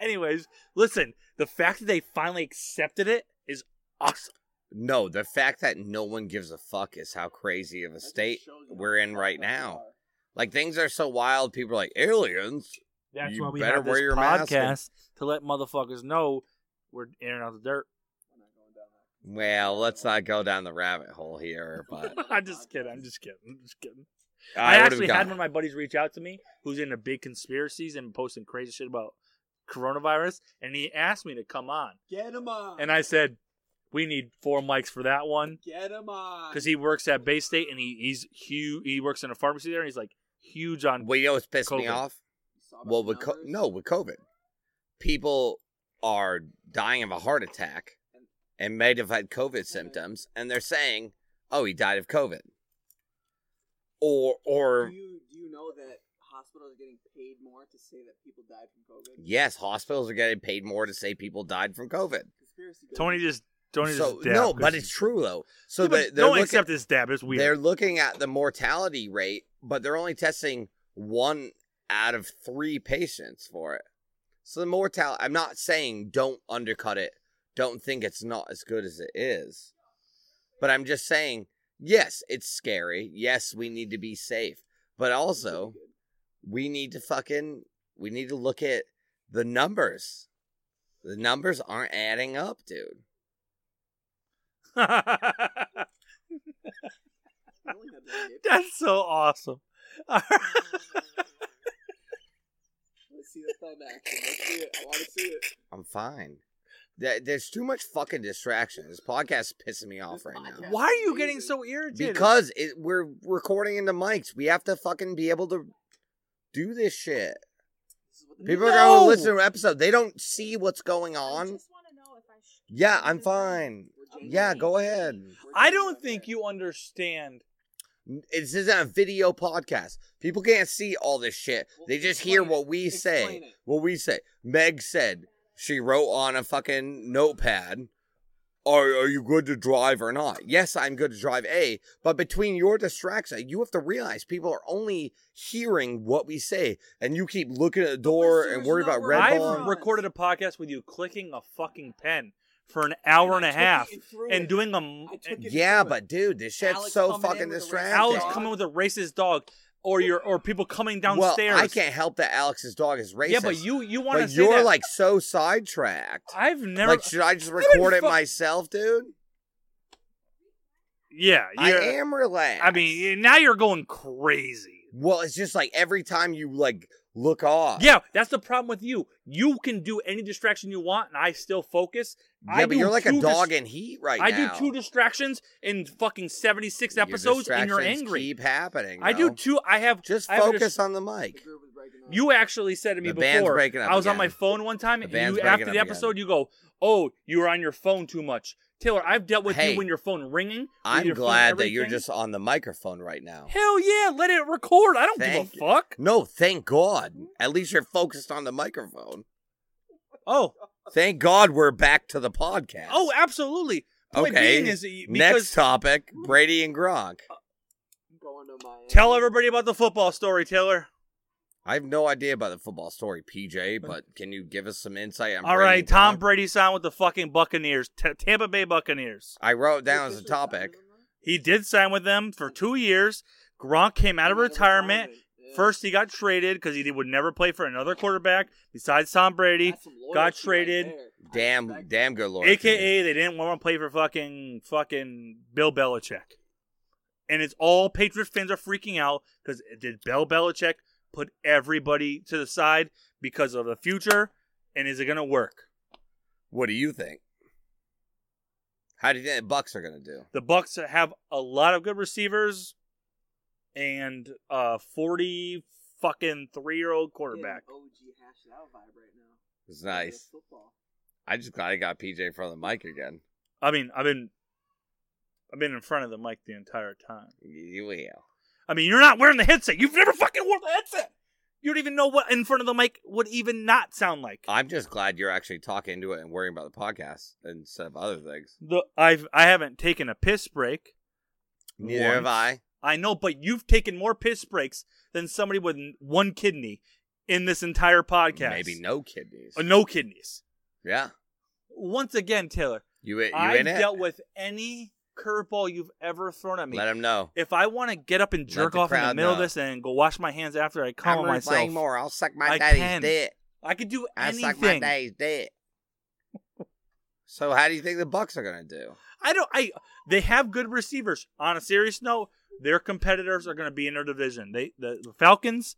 Speaker 3: Anyways, listen, the fact that they finally accepted it is awesome.
Speaker 4: No, the fact that no one gives a fuck is how crazy of a
Speaker 2: That just
Speaker 4: state
Speaker 2: shows you
Speaker 4: we're
Speaker 2: how
Speaker 4: in
Speaker 2: fucked
Speaker 4: right
Speaker 2: up
Speaker 4: now.
Speaker 2: we are.
Speaker 4: Like things are so wild. People are like aliens.
Speaker 3: That's
Speaker 4: You
Speaker 3: why we
Speaker 4: better
Speaker 3: have this
Speaker 4: wear your mask
Speaker 3: podcast
Speaker 4: and-
Speaker 3: to let motherfuckers know we're airing out the dirt.
Speaker 2: We're not going down that.
Speaker 4: Well, let's not go down the rabbit hole here. But
Speaker 3: I'm just kidding. I'm just kidding. I'm just kidding. I,
Speaker 4: I, would've
Speaker 3: actually had
Speaker 4: gone.
Speaker 3: one of my buddies reach out to me who's into big conspiracies and posting crazy shit about coronavirus, and he asked me to come on,
Speaker 2: Get him on!
Speaker 3: and I said, We need four mics for that one
Speaker 2: Get him on.
Speaker 3: because he works at Bay State and he, he's huge. He works in a pharmacy there and he's like huge on.
Speaker 4: Well, you know what's pissed me
Speaker 3: COVID.
Speaker 4: off?
Speaker 2: You saw about
Speaker 4: Well,
Speaker 2: the
Speaker 4: with co-
Speaker 2: numbers?
Speaker 4: no, with COVID, people are dying of a heart attack and may have had COVID symptoms, and they're saying, "Oh, he died of COVID," or
Speaker 2: Do
Speaker 4: or
Speaker 2: you do you know that hospitals are getting paid more to say that people died from COVID?
Speaker 4: yes, hospitals are getting paid more to say people died from COVID.
Speaker 2: Conspiracy theory.
Speaker 3: Tony just Tony
Speaker 4: so
Speaker 3: just dabbed
Speaker 4: no,
Speaker 3: 'cause
Speaker 4: but
Speaker 3: he's-
Speaker 4: it's true though. So
Speaker 3: Yeah, but
Speaker 4: they, they're
Speaker 3: no one
Speaker 4: looking,
Speaker 3: except this dab. It's
Speaker 4: they're
Speaker 3: weird.
Speaker 4: looking at the mortality rate, but they're only testing one out of three patients for it. So the mortality, I'm not saying don't undercut it. Don't think it's not as good as it is. But I'm just saying, yes, it's scary. Yes, we need to be safe. But also, we need to fucking, we need to look at the numbers. The numbers aren't adding up, dude.
Speaker 2: I only had one nip.
Speaker 3: That's so awesome.
Speaker 2: Let's see the thumb action. Let's see it. I want to see it.
Speaker 4: I'm fine. There- There's too much fucking distraction. This podcast is pissing me off right now.
Speaker 2: podcast-
Speaker 3: Why are you getting so irritated?
Speaker 4: Because it, we're recording into mics. We have to fucking be able to do this shit.
Speaker 2: This is what the
Speaker 4: People are going
Speaker 3: No!
Speaker 4: to listen to an episode. They don't see what's going
Speaker 5: I
Speaker 4: on.
Speaker 5: just want to know if I sh-
Speaker 4: Yeah,
Speaker 5: should
Speaker 4: I'm
Speaker 5: do that.
Speaker 4: fine.
Speaker 2: We're
Speaker 4: Yeah,
Speaker 2: genuine.
Speaker 4: go ahead.
Speaker 2: We're
Speaker 3: I
Speaker 2: genuine
Speaker 3: don't
Speaker 2: out
Speaker 3: think
Speaker 2: there.
Speaker 3: you understand.
Speaker 4: This isn't a video podcast. People can't see all this shit. They just hear what we
Speaker 2: Explain
Speaker 4: say.
Speaker 2: it.
Speaker 4: What we say. Meg said she wrote on a fucking notepad. Are, are you good to drive or not? Yes, I'm good to drive A, but between your distractions, you have to realize people are only hearing what we say, and you keep looking at the door
Speaker 2: listeners
Speaker 4: and worried
Speaker 2: know
Speaker 4: about
Speaker 2: we're
Speaker 4: Red
Speaker 3: I've
Speaker 4: Bull.
Speaker 2: on.
Speaker 3: recorded a podcast with you clicking a fucking pen for an hour and,
Speaker 2: I
Speaker 3: a
Speaker 2: took
Speaker 3: half
Speaker 2: it threw
Speaker 3: and
Speaker 2: it.
Speaker 3: doing a. m-
Speaker 2: I took it
Speaker 4: Yeah,
Speaker 2: through it.
Speaker 4: but dude, this shit's
Speaker 2: Alex
Speaker 4: so
Speaker 2: coming in
Speaker 4: fucking
Speaker 2: with a racist
Speaker 4: distracting.
Speaker 3: Alex
Speaker 2: dog.
Speaker 3: coming with a racist dog, or your or people coming downstairs.
Speaker 4: Well, I can't help that Alex's dog is racist.
Speaker 3: Yeah, but you you want to
Speaker 4: but
Speaker 3: say
Speaker 4: you're
Speaker 3: that.
Speaker 4: like so sidetracked.
Speaker 3: I've never.
Speaker 4: like, should I just record it
Speaker 3: fu-
Speaker 4: myself, dude?
Speaker 3: yeah,
Speaker 4: I
Speaker 3: you're-
Speaker 4: am relaxed.
Speaker 3: I mean, now you're going crazy.
Speaker 4: well, it's just like every time you like look off.
Speaker 3: Yeah, that's the problem with you. You can do any distraction you want, and I still focus.
Speaker 4: yeah,
Speaker 3: I
Speaker 4: but
Speaker 3: do
Speaker 4: you're like a
Speaker 3: two
Speaker 4: dog
Speaker 3: dis-
Speaker 4: in heat right
Speaker 3: I
Speaker 4: now.
Speaker 3: do two distractions in fucking seventy six
Speaker 4: Your
Speaker 3: episodes, and you're
Speaker 4: distractions
Speaker 3: angry.
Speaker 4: Keep happening.
Speaker 3: I do
Speaker 4: though.
Speaker 3: two. I have
Speaker 4: Just
Speaker 3: I have a
Speaker 4: focus
Speaker 3: dis-
Speaker 4: on the mic.
Speaker 2: The group is breaking up.
Speaker 3: You actually said to me
Speaker 4: The band's
Speaker 3: before.
Speaker 4: breaking up
Speaker 3: I was on
Speaker 4: again.
Speaker 3: my phone one time,
Speaker 4: The
Speaker 3: and
Speaker 4: band's
Speaker 3: you
Speaker 4: breaking
Speaker 3: after
Speaker 4: up
Speaker 3: the
Speaker 4: again.
Speaker 3: episode, you go, "Oh, you were on your phone too much." Taylor, I've dealt with
Speaker 4: Hey,
Speaker 3: you when your phone ringing. with
Speaker 4: I'm
Speaker 3: your phone
Speaker 4: glad that you're
Speaker 3: everything.
Speaker 4: just on the microphone right now.
Speaker 3: Hell yeah, let it record. I don't
Speaker 4: Thank you.
Speaker 3: give a fuck.
Speaker 4: No, thank God. At least you're focused on the microphone.
Speaker 3: Oh,
Speaker 4: Thank God we're back to the podcast.
Speaker 3: oh, absolutely. Point
Speaker 4: Okay,
Speaker 3: being is that you- because Uh,
Speaker 4: Next topic Brady and Gronk.
Speaker 2: going to Miami.
Speaker 3: tell everybody about the football story, Taylor.
Speaker 4: I have no idea about the football story, PJ, but can you give us some insight? on
Speaker 3: All
Speaker 4: Brady
Speaker 3: right,
Speaker 4: and
Speaker 3: Tom
Speaker 4: Gronk?
Speaker 3: Brady signed with the fucking Buccaneers, T- Tampa Bay Buccaneers.
Speaker 4: I wrote down as
Speaker 2: Officially
Speaker 4: a
Speaker 2: signed
Speaker 4: topic.
Speaker 2: them, right?
Speaker 3: He did sign with them for two years. Gronk came out of retirement.
Speaker 2: Yeah.
Speaker 3: First, he got traded because he would never play for another quarterback besides Tom Brady,
Speaker 2: That's some loyalty
Speaker 3: got
Speaker 2: right
Speaker 3: traded.
Speaker 2: there. I
Speaker 4: Damn,
Speaker 2: respect
Speaker 4: damn good lord.
Speaker 3: aka they didn't want to play for fucking fucking Bill Belichick. And it's all Patriots fans are freaking out because did Bill Belichick put everybody to the side because of the future? And is it going to work?
Speaker 4: What do you think? How do you think the Bucks are gonna do?
Speaker 3: The Bucks have a lot of good receivers and a forty fucking three year old
Speaker 2: that. Getting
Speaker 3: quarterback.
Speaker 2: OG hashed out vibe right now.
Speaker 4: It's nice.
Speaker 2: Football.
Speaker 4: I just glad I got PJ from the mic again.
Speaker 3: I mean, I've been I've been in front of the mic the entire time.
Speaker 4: You will.
Speaker 3: I mean, you're not wearing the headset. You've never fucking worn the headset. You don't even know what in front of the mic would even not sound like.
Speaker 4: I'm just glad you're actually talking to it and worrying about the podcast instead of other things.
Speaker 3: The I've I haven't taken a piss break.
Speaker 4: Neither have
Speaker 3: once.
Speaker 4: I.
Speaker 3: I know, but you've taken more piss breaks than somebody with n- one kidney in this entire podcast.
Speaker 4: Maybe no kidneys.
Speaker 3: Uh, no kidneys.
Speaker 4: Yeah.
Speaker 3: Once again, Taylor,
Speaker 4: You, you
Speaker 3: I've
Speaker 4: in it?
Speaker 3: dealt with any curveball you've ever thrown at me.
Speaker 4: Let him know.
Speaker 3: if I want to get up and jerk
Speaker 4: the
Speaker 3: off in the
Speaker 4: crowd
Speaker 3: middle of
Speaker 4: know.
Speaker 3: this and go wash my hands after I
Speaker 4: I'm
Speaker 3: calm
Speaker 4: gonna play
Speaker 3: myself,
Speaker 4: more. I'll suck my
Speaker 3: I
Speaker 4: daddy's
Speaker 3: can.
Speaker 4: dick.
Speaker 3: I could do
Speaker 4: I
Speaker 3: anything.
Speaker 4: suck my daddy's dick. so how do you think the Bucks are gonna do?
Speaker 3: I don't. I they have good receivers. On a serious note, their competitors are going to be in their division. They the, the Falcons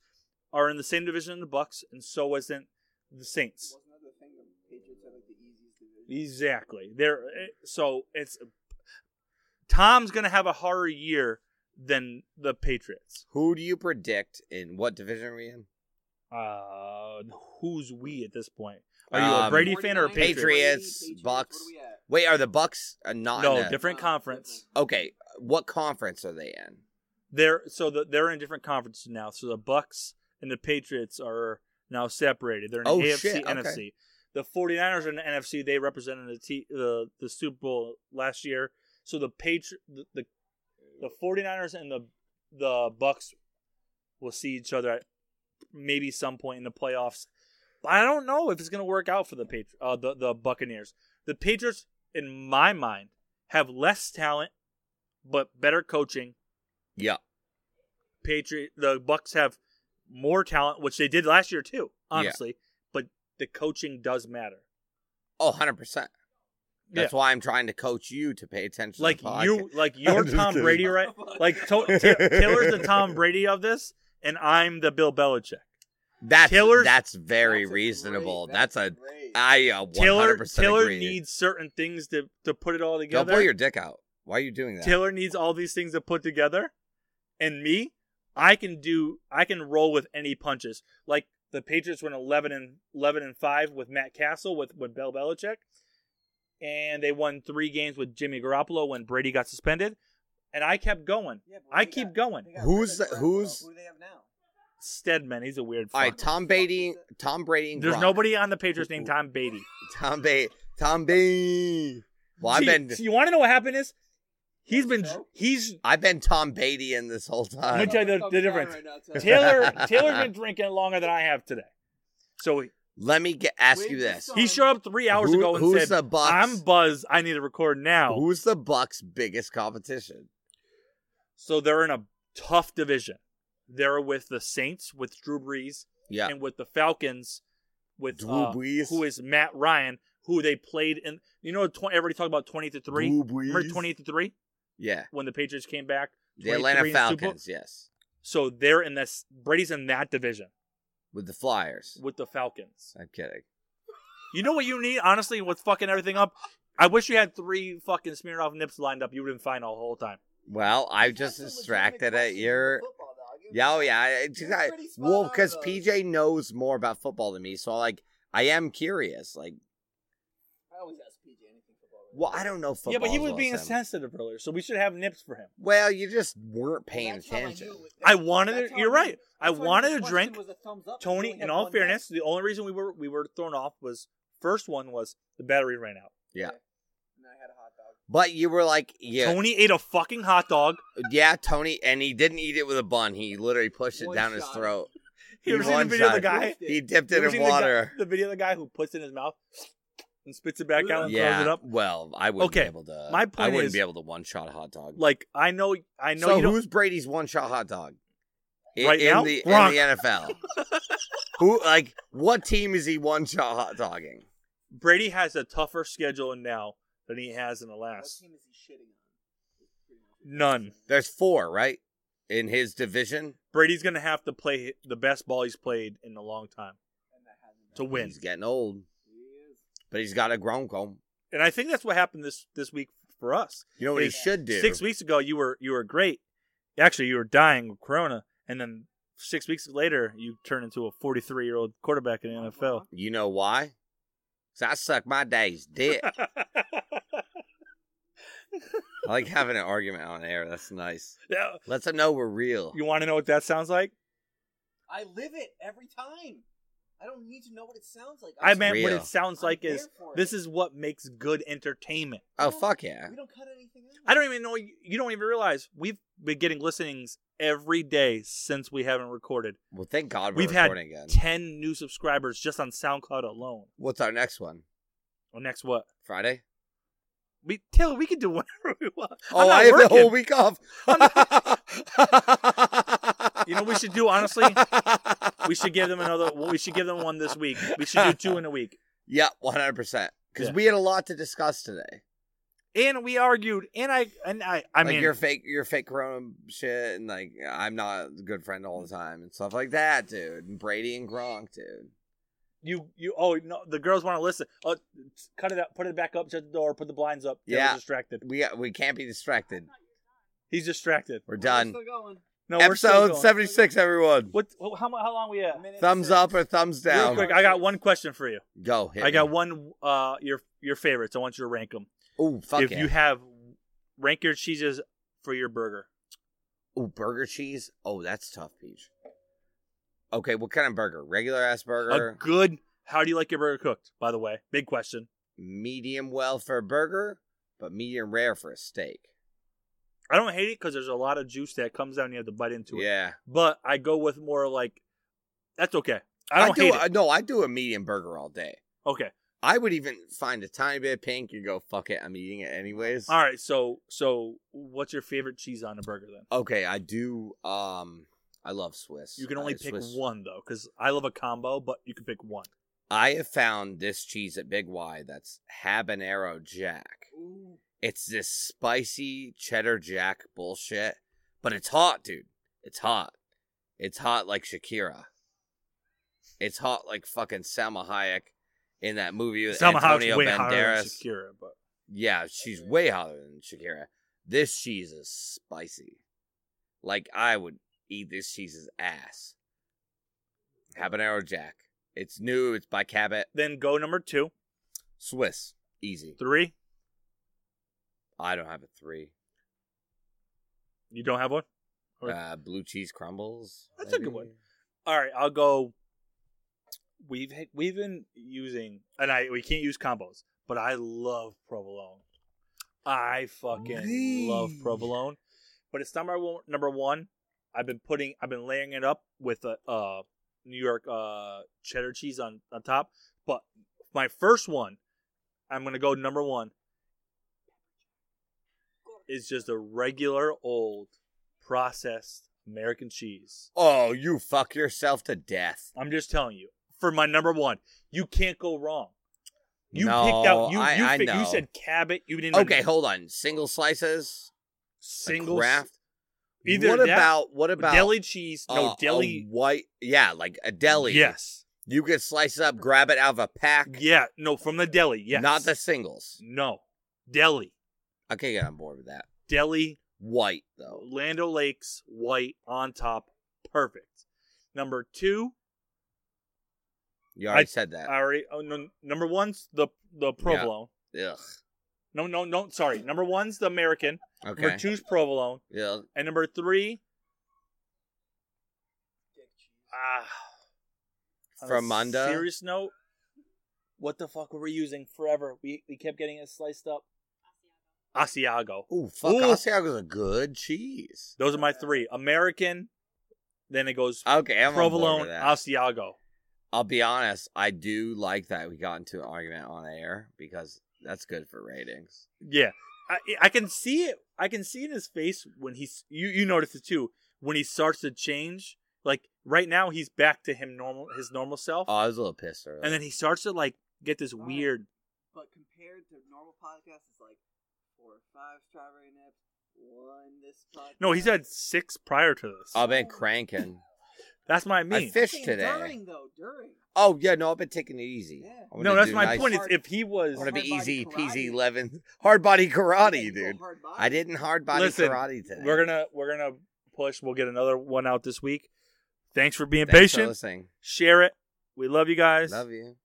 Speaker 3: are in the same division as the Bucks, and so isn't the Saints.
Speaker 2: Wasn't that the thing? The Patriots had like the easiest division.
Speaker 3: Exactly. There. So it's Tom's gonna have a harder year than the Patriots.
Speaker 4: Who do you predict in what division are we in?
Speaker 3: Uh, who's we at this point? Are you a
Speaker 4: Um,
Speaker 3: Brady fan or a
Speaker 2: 49ers,
Speaker 3: Patriot?
Speaker 4: Patriots? Bucks.
Speaker 2: What are we at?
Speaker 4: Wait, are the Bucks uh, not? in
Speaker 3: No,
Speaker 4: the-
Speaker 3: different conference.
Speaker 4: Okay, what conference are they in?
Speaker 3: They're so the, they're in different conferences now. So the Bucks and the Patriots are now separated. They're in
Speaker 4: Oh,
Speaker 3: AFC,
Speaker 4: shit, okay.
Speaker 3: NFC. The 49ers are in the NFC. They represented the te- the the Super Bowl last year. So the Patri- the, the the 49ers and the the Bucks will see each other at maybe some point in the playoffs. But I don't know if it's going to work out for the Patri- uh, the the Buccaneers. The Patriots in my mind have less talent but better coaching
Speaker 4: Yeah,
Speaker 3: Patriot the Bucks have more talent, which they did last year too, honestly. But the coaching does matter.
Speaker 4: oh, 100 percent. That's why I'm trying to coach you to pay attention. to
Speaker 3: Like
Speaker 4: the
Speaker 3: you, like you're
Speaker 4: I'm just
Speaker 3: Tom
Speaker 4: kidding.
Speaker 3: Brady, right? Like to- Ta- Taylor's the Tom Brady of this, and I'm the Bill Belichick.
Speaker 4: That's
Speaker 3: Taylor's-
Speaker 4: that's very
Speaker 2: That's a
Speaker 4: reasonable.
Speaker 2: great-
Speaker 4: that's a
Speaker 2: great.
Speaker 4: I uh, 100%
Speaker 3: Taylor, Taylor
Speaker 4: agree.
Speaker 3: needs certain things to to put it all
Speaker 4: Don't
Speaker 3: together.
Speaker 4: blow your dick out. Why are you doing that?
Speaker 3: Taylor needs all these things to put together, and me, I can do. I can roll with any punches. Like the Patriots went eleven and eleven and five with Matt Castle with with Bill Belichick, and they won three games with Jimmy Garoppolo when Brady got suspended, and I kept going.
Speaker 2: Yeah, but
Speaker 3: I
Speaker 2: they
Speaker 3: keep
Speaker 2: got-
Speaker 3: going.
Speaker 2: they got
Speaker 4: Who's
Speaker 2: rid of
Speaker 4: the-
Speaker 2: Garoppolo.
Speaker 4: who's-
Speaker 2: Who do they have now?
Speaker 3: Stedman, he's a weird.
Speaker 4: All right,
Speaker 3: Fuck.
Speaker 4: Tom Brady, Tom Brady. and
Speaker 3: There's
Speaker 4: Gronk.
Speaker 3: nobody on the Patriots named Tom Beatty.
Speaker 4: Tom Bay, Tom Bay. Well, I've
Speaker 3: See-
Speaker 4: been
Speaker 3: see, you want to know what happened? Is he's been he's
Speaker 4: I've been Tom Beatty in this whole
Speaker 3: Let me
Speaker 4: time.
Speaker 3: tell you the-
Speaker 2: I'm
Speaker 3: the
Speaker 2: dying
Speaker 3: difference.
Speaker 2: right now, Taylor.
Speaker 3: Taylor. Taylor's been drinking longer than I have today, so
Speaker 4: Let me get, ask
Speaker 2: Wait,
Speaker 4: you this:
Speaker 2: so-
Speaker 3: He showed up three hours
Speaker 4: Who-
Speaker 3: ago and
Speaker 4: who's
Speaker 3: said,
Speaker 4: the Bucks?
Speaker 3: "I'm Buzz. I need to record now."
Speaker 4: Who's the Bucks' biggest competition?
Speaker 3: So they're in a tough division. They're with the Saints with Drew Brees
Speaker 4: Yeah,
Speaker 3: and with the Falcons with
Speaker 4: Drew
Speaker 3: uh,
Speaker 4: Brees.
Speaker 3: who is Matt Ryan, who they played in. You know, tw- everybody talked about twenty to three.
Speaker 4: Drew Brees.
Speaker 3: Remember twenty to three
Speaker 4: Yeah,
Speaker 3: when the Patriots came back.
Speaker 4: the Atlanta
Speaker 3: 23 in the Super Bowl?
Speaker 4: Falcons. Yes,
Speaker 3: So they're in this. Brady's in that division
Speaker 4: with the Flyers.
Speaker 3: with the Falcons.
Speaker 4: I'm kidding.
Speaker 3: You know what you need, honestly, with fucking everything up. I wish you had three fucking Smirnoff nips lined up. You would have been fine the whole time.
Speaker 4: Well, I
Speaker 2: That's
Speaker 4: just
Speaker 2: a legitimate
Speaker 4: distracted at
Speaker 2: question
Speaker 4: your.
Speaker 2: for football, though. I'll give
Speaker 4: Yeah, oh,
Speaker 2: you that.
Speaker 4: yeah. I- it's-
Speaker 2: You're
Speaker 4: I-
Speaker 2: pretty spot
Speaker 4: well,
Speaker 2: on,
Speaker 4: because
Speaker 2: though.
Speaker 4: PJ knows more about football than me, so like I am curious. Like,
Speaker 2: I always ask PJ anything football. related.
Speaker 4: well, I don't know football.
Speaker 3: yeah, but he
Speaker 4: as
Speaker 3: was
Speaker 4: well
Speaker 3: being
Speaker 4: as him.
Speaker 3: sensitive earlier, so we should have nips for him.
Speaker 4: Well, you just weren't paying
Speaker 2: That's how I knew
Speaker 4: attention.
Speaker 2: it-
Speaker 3: I wanted
Speaker 2: that's
Speaker 3: it.
Speaker 2: how
Speaker 3: You're
Speaker 2: knew-
Speaker 3: right. I
Speaker 2: that's how knew
Speaker 3: wanted
Speaker 2: the
Speaker 3: a
Speaker 2: question
Speaker 3: drink.
Speaker 2: was a thumbs up. You
Speaker 3: Tony,
Speaker 2: only
Speaker 3: in
Speaker 2: had
Speaker 3: all
Speaker 2: one guess.
Speaker 3: fairness, the only reason we were we were thrown off was first one was the battery ran out.
Speaker 2: And I had a hot dog.
Speaker 4: But you were like, yeah,
Speaker 3: Tony ate a fucking hot dog.
Speaker 4: yeah, Tony, and he didn't eat it with a bun. He literally pushed it
Speaker 2: One
Speaker 4: down his
Speaker 2: shot.
Speaker 4: throat.
Speaker 3: You
Speaker 4: He
Speaker 3: ever seen the
Speaker 4: one
Speaker 3: video of the
Speaker 4: shot.
Speaker 3: guy?
Speaker 4: He dipped
Speaker 3: You
Speaker 4: it
Speaker 3: ever
Speaker 4: in
Speaker 3: seen the guy-
Speaker 4: water.
Speaker 3: The, video of the guy who puts it in his mouth and spits it back out and
Speaker 4: yeah.
Speaker 3: throws it up.
Speaker 4: Well, I wouldn't
Speaker 3: Okay,
Speaker 4: be able to.
Speaker 3: my
Speaker 4: I
Speaker 3: point
Speaker 4: wouldn't
Speaker 3: is-
Speaker 4: be able to one shot hot dog.
Speaker 3: Like I know, I know
Speaker 4: so
Speaker 3: you don't.
Speaker 4: who's Brady's one shot hot dog? In,
Speaker 3: Right
Speaker 4: in
Speaker 3: now?
Speaker 4: the in
Speaker 3: Gronk.
Speaker 4: the NFL. Who like what team is he one shot hot dogging?
Speaker 3: Brady has a tougher schedule now than he has in the
Speaker 2: What
Speaker 3: last.
Speaker 2: team is he shitting on?
Speaker 3: None.
Speaker 4: There's four, right? In his division.
Speaker 3: Brady's gonna have to play the best ball he's played in a long time
Speaker 2: And that hasn't
Speaker 3: to
Speaker 2: happened.
Speaker 3: win.
Speaker 4: He's getting old,
Speaker 2: He is.
Speaker 4: but he's got a grown comb.
Speaker 3: and I think that's what happened this this week for us.
Speaker 4: You know what he
Speaker 3: Is
Speaker 4: should do?
Speaker 3: Six weeks ago, you were you were great. Actually, you were dying with Corona, and then six weeks later, you turned into a 43 year old quarterback in the NFL.
Speaker 4: You know why? Cause I suck my daddy's dick. I like having an argument on air. That's nice.
Speaker 3: Yeah.
Speaker 4: Lets them know we're real.
Speaker 3: you want to know what that sounds like?
Speaker 2: I live it every time. I don't need to know what it sounds like.
Speaker 3: I
Speaker 2: I'm
Speaker 3: meant what
Speaker 4: real.
Speaker 3: it sounds
Speaker 2: I'm
Speaker 3: like
Speaker 2: there
Speaker 3: is
Speaker 2: for it.
Speaker 3: this is what makes good entertainment.
Speaker 4: Oh fuck yeah!
Speaker 2: sorry. We don't cut anything out.
Speaker 3: I don't even know you don't even realize we've been getting listenings every day since we haven't recorded.
Speaker 4: Well, thank God we're
Speaker 3: We've had
Speaker 4: recording again.
Speaker 3: 10 new subscribers just on SoundCloud alone.
Speaker 4: What's our next one?
Speaker 3: Well, next what?
Speaker 4: Friday?
Speaker 3: We Taylor, we can do whatever we want. I'm
Speaker 4: Oh,
Speaker 3: not
Speaker 4: I have the
Speaker 3: working.
Speaker 4: whole week off.
Speaker 3: You know, what we should do honestly. we should give them another. well, We should give them one this week. We should do two in a week.
Speaker 4: Yeah, one hundred percent. Because
Speaker 3: Yeah.
Speaker 4: we had a lot to discuss today.
Speaker 3: And we argued, and I, and I, I
Speaker 4: like
Speaker 3: mean,
Speaker 4: your fake, your fake Corona shit, and like I'm not a good friend all the time and stuff like that, dude. And Brady and Gronk, dude.
Speaker 3: you you oh no the girls want to listen. Oh, cut it out, put it back up, shut the door, put the blinds up. Taylor's
Speaker 4: Yeah.
Speaker 3: distracted.
Speaker 4: We got, we can't be distracted.
Speaker 3: He's distracted.
Speaker 4: We're done.
Speaker 2: Still going.
Speaker 3: No, we're still
Speaker 4: Episode
Speaker 3: going.
Speaker 4: seventy six, everyone.
Speaker 3: What? How mu- how long we at?
Speaker 2: Minute
Speaker 4: Thumbs
Speaker 2: six.
Speaker 4: up or thumbs
Speaker 3: Real
Speaker 4: down.
Speaker 3: quick, I got one question for you.
Speaker 4: Go. Hit
Speaker 3: I got
Speaker 4: me.
Speaker 3: one. Uh, your your favorites. I want you to rank them.
Speaker 4: Ooh, fuck
Speaker 3: if
Speaker 4: yeah.
Speaker 3: you have rank your cheeses for your burger.
Speaker 4: Ooh, burger cheese. Oh, that's tough, Peach. Okay, what kind of burger? Regular ass
Speaker 3: A
Speaker 4: burger,
Speaker 3: good. How do you like your burger cooked? By the way, big question.
Speaker 4: medium well for a burger, but medium rare for a steak.
Speaker 3: I don't hate it because there's a lot of juice that comes down. And you have to bite into it.
Speaker 4: Yeah,
Speaker 3: But I go with more like. That's okay. I don't
Speaker 4: do.
Speaker 3: hate
Speaker 4: I-
Speaker 3: it.
Speaker 4: No, I do a medium burger all day.
Speaker 3: Okay.
Speaker 4: I would even find a tiny bit of pink and go, fuck it, I'm eating it anyways.
Speaker 3: All right. So so what's your favorite cheese on a burger then?
Speaker 4: Okay, I do. Um, I love Swiss.
Speaker 3: You can
Speaker 4: I
Speaker 3: only
Speaker 4: like
Speaker 3: pick
Speaker 4: Swiss.
Speaker 3: one though, because I love a combo, but you can pick one.
Speaker 4: I have found this cheese at Big Y that's habanero jack.
Speaker 2: Ooh.
Speaker 4: It's this spicy cheddar jack bullshit, but it's hot, dude. It's hot. It's hot like Shakira. It's hot like fucking Salma Hayek in that movie with
Speaker 3: Somehow it's
Speaker 4: Antonio
Speaker 3: way hotter than
Speaker 4: Banderas.
Speaker 3: Shakira, but
Speaker 4: Yeah, she's way hotter than Shakira. This cheese is spicy. Like I would eat this cheese's ass. Habanero Jack. It's new. It's by Cabot.
Speaker 3: then go number two,
Speaker 4: Swiss. Easy.
Speaker 3: three.
Speaker 4: I don't have a three.
Speaker 3: You don't have one. Or-
Speaker 4: Uh, blue cheese crumbles.
Speaker 3: That's a good one. All right, I'll go. We've hit- we've been using, and I we can't use combos, but I love provolone. I fucking love
Speaker 4: Wee.
Speaker 3: provolone, but it's number one. Number one, I've been putting, I've been layering it up with a uh, New York uh, cheddar cheese on on top. But my first one, I'm gonna go number one. Is just a regular old processed American cheese.
Speaker 4: Oh, you fuck yourself to death.
Speaker 3: I'm just telling you. For my number one, you can't go wrong. You
Speaker 4: No,
Speaker 3: picked out you
Speaker 4: I-
Speaker 3: you,
Speaker 4: I
Speaker 3: picked- you
Speaker 4: know.
Speaker 3: said Cabot. You didn't
Speaker 4: Okay,
Speaker 3: even
Speaker 4: hold on. Single slices. A
Speaker 3: single
Speaker 4: craft.
Speaker 3: Either
Speaker 4: what
Speaker 3: that
Speaker 4: about what
Speaker 3: s-
Speaker 4: about
Speaker 3: deli cheese.
Speaker 4: uh,
Speaker 3: no
Speaker 4: a
Speaker 3: deli.
Speaker 4: white? Yeah, like a deli.
Speaker 3: Yes.
Speaker 4: You could slice it up, grab it out of a pack.
Speaker 3: Yeah. No, from the deli. Yes.
Speaker 4: Not the singles.
Speaker 3: No, deli.
Speaker 4: I can't get on board with that.
Speaker 3: Deli.
Speaker 4: White though.
Speaker 3: Lando Lakes white on top. Perfect. Number two,
Speaker 4: You already
Speaker 3: I-
Speaker 4: said that.
Speaker 3: I already. Oh, no, number one's the the provolone.
Speaker 4: Ugh.
Speaker 3: No, no, no. Sorry. Number one's the American.
Speaker 4: Okay.
Speaker 3: Number two's provolone.
Speaker 4: Yeah.
Speaker 3: And number three, ah, on a
Speaker 4: Fromunda?
Speaker 3: Serious note, what the fuck were we using forever? We we kept getting it sliced up. Asiago.
Speaker 4: Ooh, fuck.
Speaker 3: Ooh.
Speaker 4: Asiago's a good cheese.
Speaker 3: Those are my three: American. Then it goes
Speaker 4: Okay, I'm On board
Speaker 3: provolone,
Speaker 4: with that.
Speaker 3: Asiago.
Speaker 4: I'll be honest. I do like that we got into an argument on air because that's good for ratings.
Speaker 3: Yeah, I I can see it. I can see in his face when he's you you notice it too when he starts to change. Like right now, he's back to him normal his normal self,
Speaker 4: Oh, I was a little pissed earlier.
Speaker 3: and then he starts to like get this
Speaker 2: Alright.
Speaker 3: weird
Speaker 2: But compared to normal podcasts, it's like four or five strawberry nips, one this podcast.
Speaker 3: No, he's had six prior to this.
Speaker 4: I've been cranking.
Speaker 3: that's my I
Speaker 4: Uh, I
Speaker 3: mean.
Speaker 4: fished
Speaker 2: Saying
Speaker 4: today.
Speaker 2: During though, during.
Speaker 4: Oh yeah, no, I've been taking it easy.
Speaker 2: Yeah.
Speaker 4: I wanna
Speaker 3: No, that's
Speaker 4: do
Speaker 3: my
Speaker 4: nice-
Speaker 3: point. Is if he was
Speaker 4: I want to be
Speaker 2: Hard body
Speaker 4: easy, peasy,
Speaker 2: karate.
Speaker 4: lemon, hard body
Speaker 2: Yeah,
Speaker 4: karate,
Speaker 2: you go
Speaker 4: dude.
Speaker 2: hard body.
Speaker 4: I didn't hard body
Speaker 3: Listen,
Speaker 4: karate today.
Speaker 3: we're gonna we're gonna push. We'll get another one out this week. Thanks for being
Speaker 4: Thanks for
Speaker 3: patient.
Speaker 4: listening.
Speaker 3: Share it. We love you guys.
Speaker 4: Love you.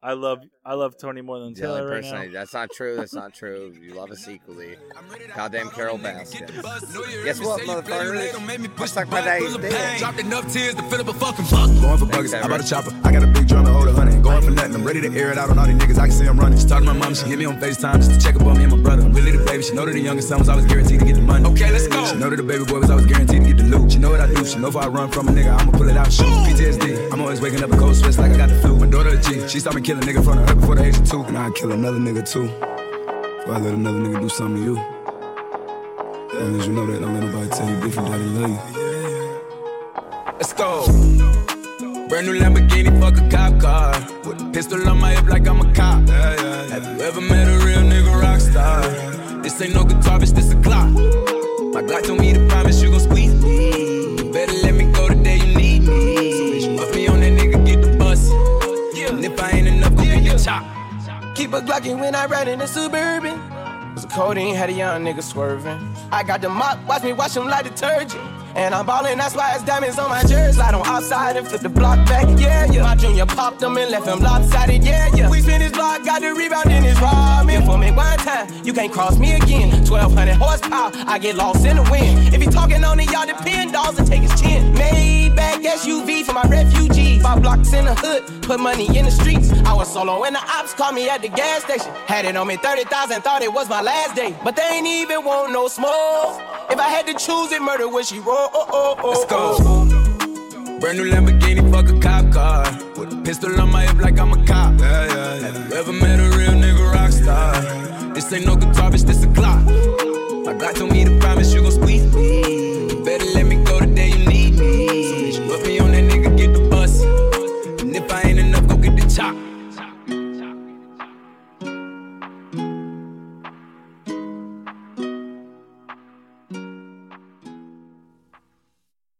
Speaker 3: I love I love Tony more than
Speaker 4: The only
Speaker 3: Taylor right
Speaker 4: person I-
Speaker 3: now.
Speaker 4: That's not true. That's not true. You love us equally.
Speaker 1: Goddamn Carol Baskin. Guess what, motherfuckers? I suck my
Speaker 4: my
Speaker 1: daddy's
Speaker 4: daddy's dick.
Speaker 1: Dropped enough tears to fill up a fucking buck. Going for
Speaker 4: Thanks,
Speaker 1: buggers, I
Speaker 4: Eric.
Speaker 1: bought a chopper. I got a big drum to hold a hundred. Going for nothing, I'm ready to air it out on all these niggas. I can see I'm running. She talked to my mom, she hit me on FaceTime just to check up on me and my brother. I'm really the baby. She know that the youngest son was always guaranteed to get the money. Okay, let's go. She know that the baby boy was always guaranteed to get the loot. She know what I do. She know if I run from a nigga, I'ma pull it out. and Shoot PTSD. I'm always waking up a cold sweats like I got the flu. My daughter a G. She saw me kill a nigga in front of her before the age of two. And I kill another nigga too. Before I let another nigga do something to you. Long as you know that, don't let nobody tell you different that they love you. Let's go. Brand new Lamborghini, fuck a cop car. With a pistol on my hip like I'm a cop. Have you ever met a real nigga rock star? This ain't no guitar, bitch, this a clock. My Glock told me to promise you gon' squeeze me. Better let me go the day you need me. So bitch, fuck me on that nigga, get the bus.
Speaker 5: keep a Glockin' when I ride in the Suburban. Cause the codeine had a young nigga swerving. I got the mop, watch me wash them like detergent. And I'm ballin', that's why it's diamonds on my jersey. Slide on outside and flip the block back, yeah, yeah. My junior popped them and left him lopsided, yeah, yeah. We spin his block, got the rebound in his robbing. For me one time, you can't cross me again. 1200 horsepower, I get lost in the wind. If he talking on it, y'all depend, dolls and take his chin. Maybach SUV for my refugees. Five blocks in the hood, put money in the streets. I was solo and the ops called me at the gas station. Had it on me 30,000, thought it was my last day. But they ain't even want no smoke. If I had to choose it, murder would she roll? Oh, oh, oh,
Speaker 1: Let's go. Brand new Lamborghini, fuck a cop car. With a pistol on my hip like I'm a cop. Have you ever met a real nigga rock star? This ain't no guitar, bitch, this a clock. My God told me to promise you gon' squeeze me.